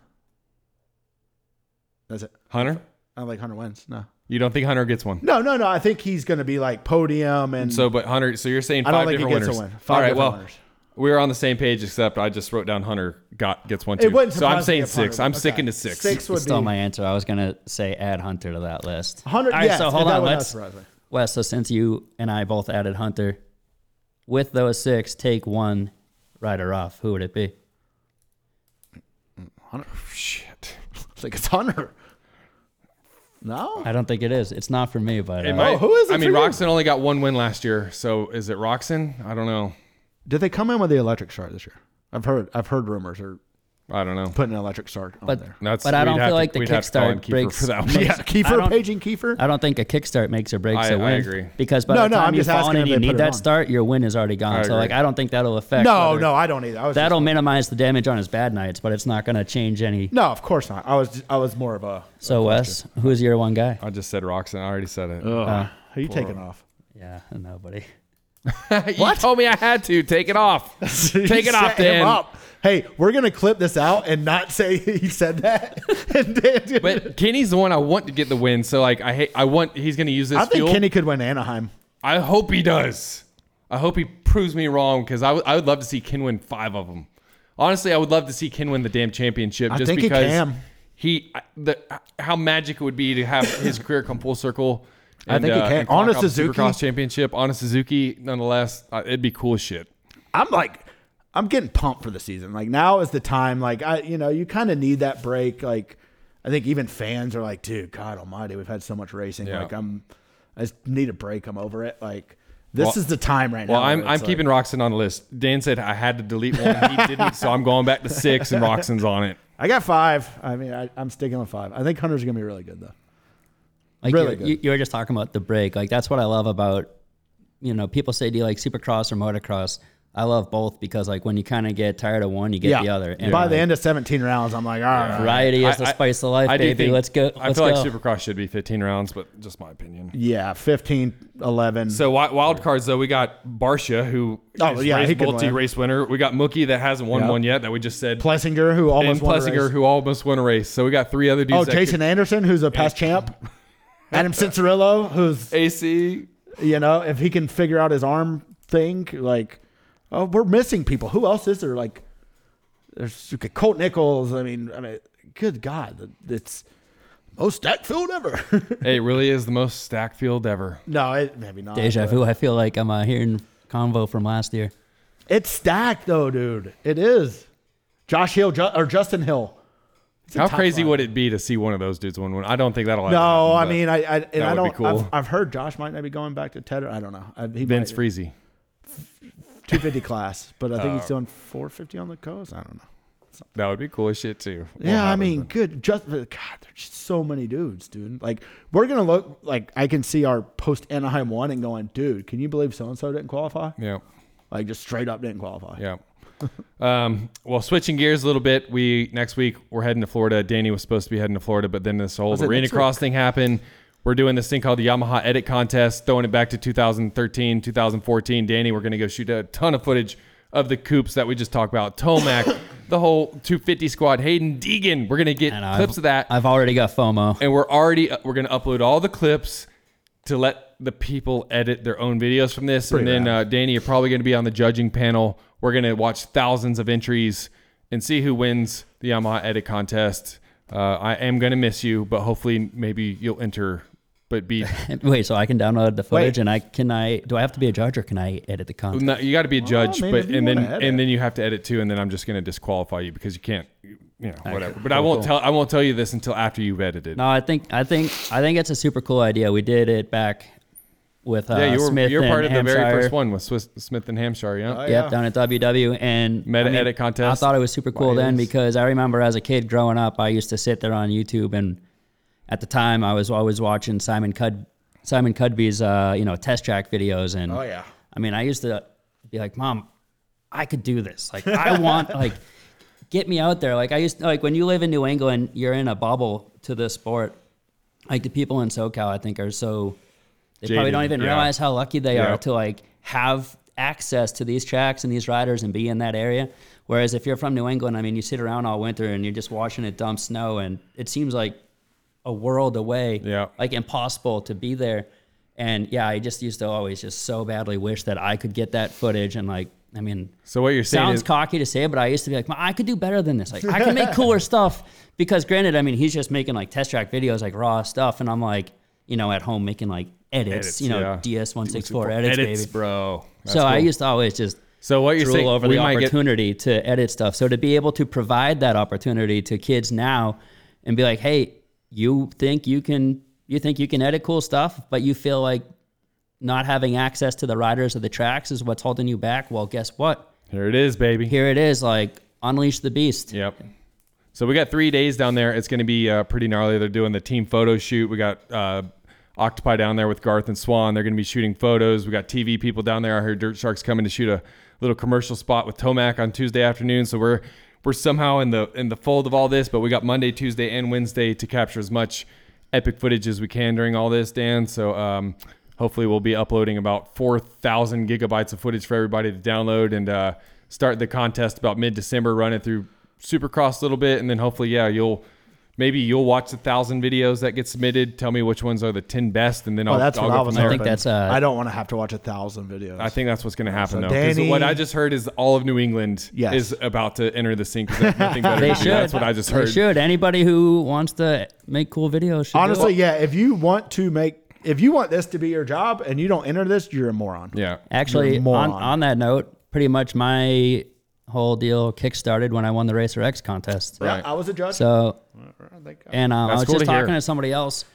That's it. Hunter? I don't think Hunter wins. No. You don't think Hunter gets one? No, no, no. I think he's going to be like podium and So, but Hunter, so you're saying I five don't think he different gets winners. a win. Five All right, different well, winners. we were on the same page, except I just wrote down Hunter got gets one It too. wouldn't so I'm surprise me saying if six. Hunter- I'm okay. sticking to six. Six You would stole be my answer. I was gonna say add Hunter to that list. Hunter. All right, yes, so hold that on, would not let's surprise me. Wes. So since you and I both added Hunter, with those six, take one rider off. Who would it be? Hunter. Shit. I think it's Hunter. No. I don't think it is. It's not for me, but It uh, might- Oh, who is it I mean, for you? Roxon only got one win last year. So is it Roxon? I don't know. Did they come in with the electric star this year? I've heard. I've heard rumors are I don't know. putting an electric star on but there. That's, but I we'd don't have feel to- like the we'd have to call in kickstart Kiefer breaks. for [laughs] that one. [laughs] Yeah, Kiefer, don't- Page, and Kiefer. I don't think a kickstart makes or breaks I- a win. I agree. Because by No, the no, time I'm you just fall in asking and if you they put need it that on. start, your win is already gone. So agree. like, I don't think that'll affect. No, whether- no, I don't either. I was That'll minimize the damage on his bad nights, but it's not going to change any. no, of course not. I was. I was more of a. So Wes, who's your one guy? I just said Roxon. I already said it. Who you taking off? Yeah, nobody. [laughs] you told me I had to take it [laughs] off. take it off, Set him Dan. up. Hey, we're gonna clip this out and not say [laughs] he said that. and Dan, But Kenny's the one I want to get the win. So like I hate. I want. He's going to use this I think fuel. Kenny could win Anaheim. I hope he does. I hope he proves me wrong because I would- I would love to see Ken win five of them. Honestly, I would love to see Ken win the damn championship. I just think he because can. He I- the how magic it would be to have his career come full circle. I think he can. and clock On a out the Suzuki- Supercross championship on a Suzuki. Nonetheless, uh, it'd be cool as shit. I'm like, I'm getting pumped for the season. Like now is the time. Like I, you know, you kind of need that break. Like I think even fans are like, dude, God Almighty, we've had so much racing. Yeah. Like I'm, I just need a break. I'm over it. Like this Well- is the time right Well, now. I'm where I'm it's keeping Like, Roxon on the list. Dan said I had to delete one. [laughs] He didn't, so I'm going back to six, and Roxon's on it. I got five. I mean, I, I'm sticking with five. I think Hunter's gonna be really good though. Like Really you- good. you, you were just talking about the break. Like that's what I love about, you know, people say do you like supercross or motocross? I love both because like when you kind of get tired of one, you get the other. By the like, end of 17 rounds, I'm like, all right. variety is the I- I- spice of life, I do baby. think- Let's go. I let's feel go. like Supercross should be 15 rounds, but just my opinion. Yeah, 15, 11. So wi- wild cards though, we got Barsha who Oh, is yeah, race, he could multi win. race winner. We got Mookie that hasn't won Yeah. one yet that we just said. Plessinger, who and almost won a Plessinger race. who almost won a race. So we got three other dudes. oh, that [laughs] Jason Anderson, who's a past champ. Adam Cincerillo, who's could- AC. you know, if he can figure out his arm thing, like, oh, we're missing people. Who else is there? Like, there's okay, Colt Nichols. I mean, I mean, good God, it's most stacked field ever. [laughs] Hey, it really is the most stacked field ever. no, it maybe not. Deja but- vu. I feel like I'm uh, hearing convo from last year. It's stacked though, dude. It is. Josh Hill Ju- or Justin Hill. It's a How top crazy five. would it be to see one of those dudes win one? I don't think that'll. No, I happen, mean, I, I and I would don't. be cool. I've, I've heard Josh might not be going back to Tedder. I don't know. I, he Vince might- Freezy. 250 class, but I think he's doing 450 on the coast. I don't know. That would be cool as shit too. Won't Yeah, I happen, mean, but- good. Just God, there's just so many dudes, dude. Like we're gonna look like I can see our post Anaheim one and going, dude, can you believe so and so didn't qualify? yeah, Like just straight up didn't qualify. yeah. Um, well, switching gears a little bit, we next week we're heading to Florida. Danny was supposed to be heading to Florida, but then this whole it arena next cross thing happened. We're doing this thing called the Yamaha Edit Contest, throwing it back to 2013, 2014. Danny, we're gonna go shoot a ton of footage of the coops that we just talked about. Tomac, [coughs] the whole 250 squad, Hayden Deegan. We're gonna get And I've- clips of that I've already got FOMO. and we're already uh, we're gonna upload all the clips to let the people edit their own videos from this and then uh, danny you're probably gonna be on the judging panel we're gonna watch thousands of entries and see who wins the yamaha edit contest uh, i am gonna miss you but hopefully maybe you'll enter but [laughs] be Wait, so I can download the footage Wait. and I can I do I have to be a judge or can I edit the content? no, you got to be a judge man, but if you and then wanna edit. and then you have to edit too and then i'm just gonna disqualify you because you can't you know whatever but i won't tell i won't tell you this until after you've edited No, I think I think I think it's a super cool idea. We did it back with uh, yeah you were Smith you're and part of the very Hampshire. first one with Swiss, smith and hampshire yeah Oh, Yep, down at WW and Meta edit contest. I thought it was super cool then because I remember as a kid growing up, I used to sit there on YouTube and at the time I was always watching Simon Cud Simon Cudby's uh, you know test track videos and Oh, yeah. I mean I used to be like mom, I could do this like I [laughs] want like get me out there like I used like when you live in New England you're in a bubble to this sport like the people in SoCal I think are so they probably Jaded, don't even yeah. realize how lucky they Yeah. are to like have access to these tracks and these riders and be in that area. Whereas if you're from New England, I mean, you sit around all winter and you're just watching it dump snow, and it seems like a world away, Yeah. like impossible to be there. And yeah, I just used to always just so badly wish that I could get that footage and like, I mean, So what you're saying sounds is, cocky to say, but I used to be like, "Ma, I could do better than this. Like, I can [laughs] make cooler stuff. Because granted, I mean, he's just making like test track videos, like raw stuff, and I'm like, you know, at home making like edits, Edits, you know, yeah. DS one six four edits, baby. bro. So I used to always just So what you're drool saying, over we the might get- opportunity to edit stuff. So to be able to provide that opportunity to kids now, and be like, hey, you think you can, you think you can edit cool stuff, but you feel like not having access to the riders of the tracks is what's holding you back. Well, guess what? here it is, baby. here it is like unleash the beast Yep. So we got three days down there. It's going to be uh, pretty gnarly. They're doing the team photo shoot. We got uh, Octopi down there with Garth and Swan. They're going to be shooting photos. We got TV people down there. I heard Dirt Sharks coming to shoot a little commercial spot with Tomac on Tuesday afternoon. So we're we're somehow in the in the fold of all this. But we got Monday, Tuesday, and Wednesday to capture as much epic footage as we can during all this, Dan. So um, hopefully we'll be uploading about four thousand gigabytes of footage for everybody to download and uh, start the contest about mid December. Run it through Supercross a little bit, and then hopefully, yeah, you'll maybe you'll watch the thousand videos that get submitted. Tell me which ones are the ten best, and then Oh, I'll, that's I'll what go I from was. there. hoping. I think that's, uh, I don't want to have to watch a thousand videos. I think that's what's going to happen So though. 'cause Danny- what I just heard is all of New England Yes. is about to enter the scene. 'cause there's [laughs] nothing better they to should do. That's what I just heard. they should anybody who wants to make cool videos should Honestly, do it. yeah. If you want to make, if you want this to be your job and you don't enter this, you're a moron. Yeah. actually You're a on, moron. on that note pretty much my whole deal kick-started when i won the racer x contest Yeah, I was a judge. so and um, i That's was cool just to hear. talking to somebody else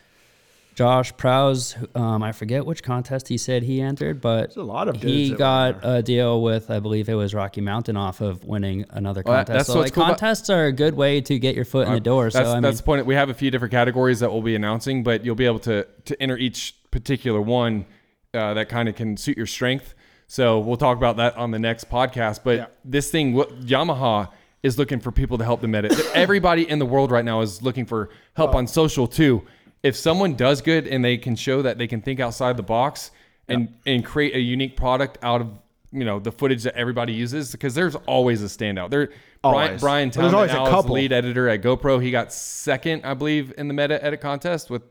josh prowse who- um, i forget which contest he said he entered but a lot of he dudes that were got a deal with i believe it was rocky mountain off of winning another that- contest that's so what's like cool about- contests are a good way to get your foot in the door so that's, i mean that's the point. We have a few different categories that we'll be announcing, but you'll be able to to enter each particular one uh, that kind of can suit your strength. So we'll talk about that on the next podcast. But this thing, what Yamaha is looking for people to help them edit. Everybody in the world right now is looking for help on social too. If someone does good and they can show that they can think outside the box and and create a unique product out of you know the footage that everybody uses because there's always a standout. There, Brian, Always. Brian But there's Town always a now is the couple. lead editor at GoPro. He got second, I believe, in the meta edit contest with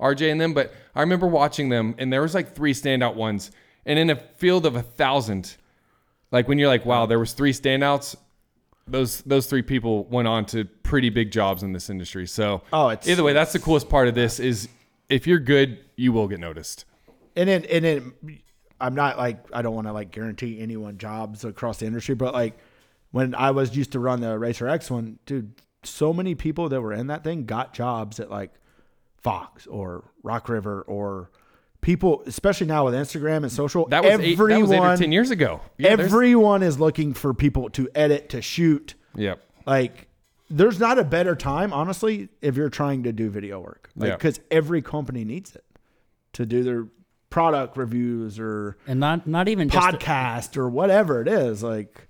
RJ and them. But I remember watching them, and there was like three standout ones, and in a field of a thousand, like when you're like, wow, there was three standouts. Those those three people went on to pretty big jobs in this industry. So, Oh, it's- either way, that's the coolest part of this is if you're good, you will get noticed. and then and then I'm not like I don't want to like guarantee anyone jobs across the industry, but like when I was used to run the Racer X one, dude, so many people that were in that thing got jobs at like Fox or Rock River or people, especially now with Instagram and social. That was eight, that was eight or everyone- ten years ago. Yeah, there's- everyone is looking for people to edit to shoot. Yep. Like, there's not a better time, honestly, if you're trying to do video work, like Yeah. because every company needs it to do their product reviews or and not not even just podcast or whatever it is. Like,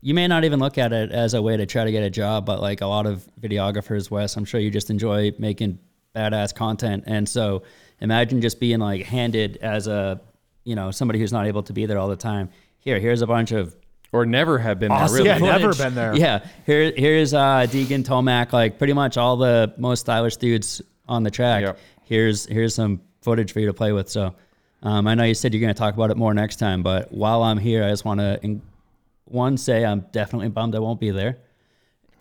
you may not even look at it as a way to try to get a job, but like a lot of videographers, Wes, I'm sure you just enjoy making badass content. And so imagine just being like handed as a, you know, somebody who's not able to be there all the time. Here, here's a bunch of or never have been awesome there, really. Yeah, never footage. been there. Yeah, here here's uh, Deegan Tomac, like pretty much all the most stylish dudes on the track. Yep. Here's here's some footage for you to play with. So, um, I know you said you're going to talk about it more next time, but while I'm here, I just want to one say I'm definitely bummed I won't be there.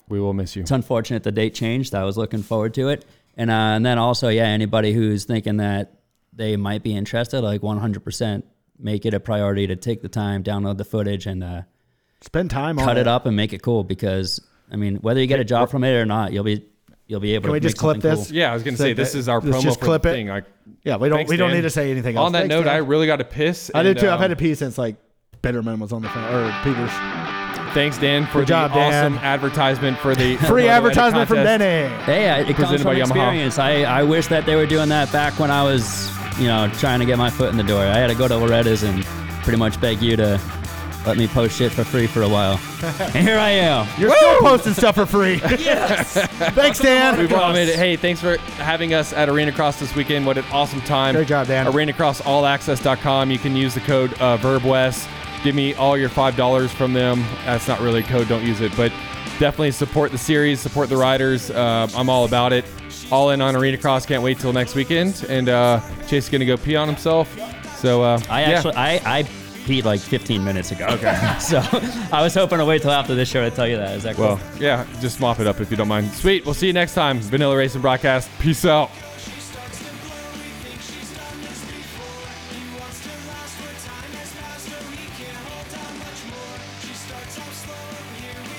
We will miss you. It's unfortunate the date changed. I was looking forward to it, and uh, and then also yeah, anybody who's thinking that they might be interested, like 100% make it a priority to take the time, download the footage, and. Uh, Spend time on cut it up and make it cool because I mean, whether you get a job from it or not, you'll be you'll be able Can to we just make clip something this? cool. Yeah, I was gonna So say this that- is our let's promo just for clip the it. thing. I, Yeah, we don't Thanks, we don't Dan. need to say anything else. on that Thanks, note, Dan. I really got to piss. I and, did too. I've um, had a pee since like Bitterman was on the phone or Peters. Thanks, Dan, for the Good job, Dan. awesome advertisement for the Free Roto Edit advertisement from contest. Denny. Hey, I- it comes Presented from by Yamaha. experience. I, I wish that they were doing that back when I was, you know, trying to get my foot in the door. I had to go to Loretta's and pretty much beg you to let me post shit for free for a [laughs] while. and here I am. You're still posting stuff for free. yes. Thanks, Dan. We've all made it. Hey, thanks for having us at Arena Cross this weekend. What an awesome time. Great job, Dan. ArenaCrossAllAccess.com. You can use the code uh, VerbWest. Give me all your $5 from them. That's not really a code. Don't use it. But definitely support the series, support the riders. Uh, I'm all about it. All in on Arena Cross. Can't wait till next weekend. And uh, Chase is going to go pee on himself. So uh, I yeah. actually I, I peed like 15 minutes ago. Okay. [laughs] so I was hoping to wait till after this show to tell you that. Is that cool? Well, yeah, just mop it up if you don't mind. Sweet. We'll see you next time. Vanilla Racing Broadcast. Peace out. She starts off slow, here we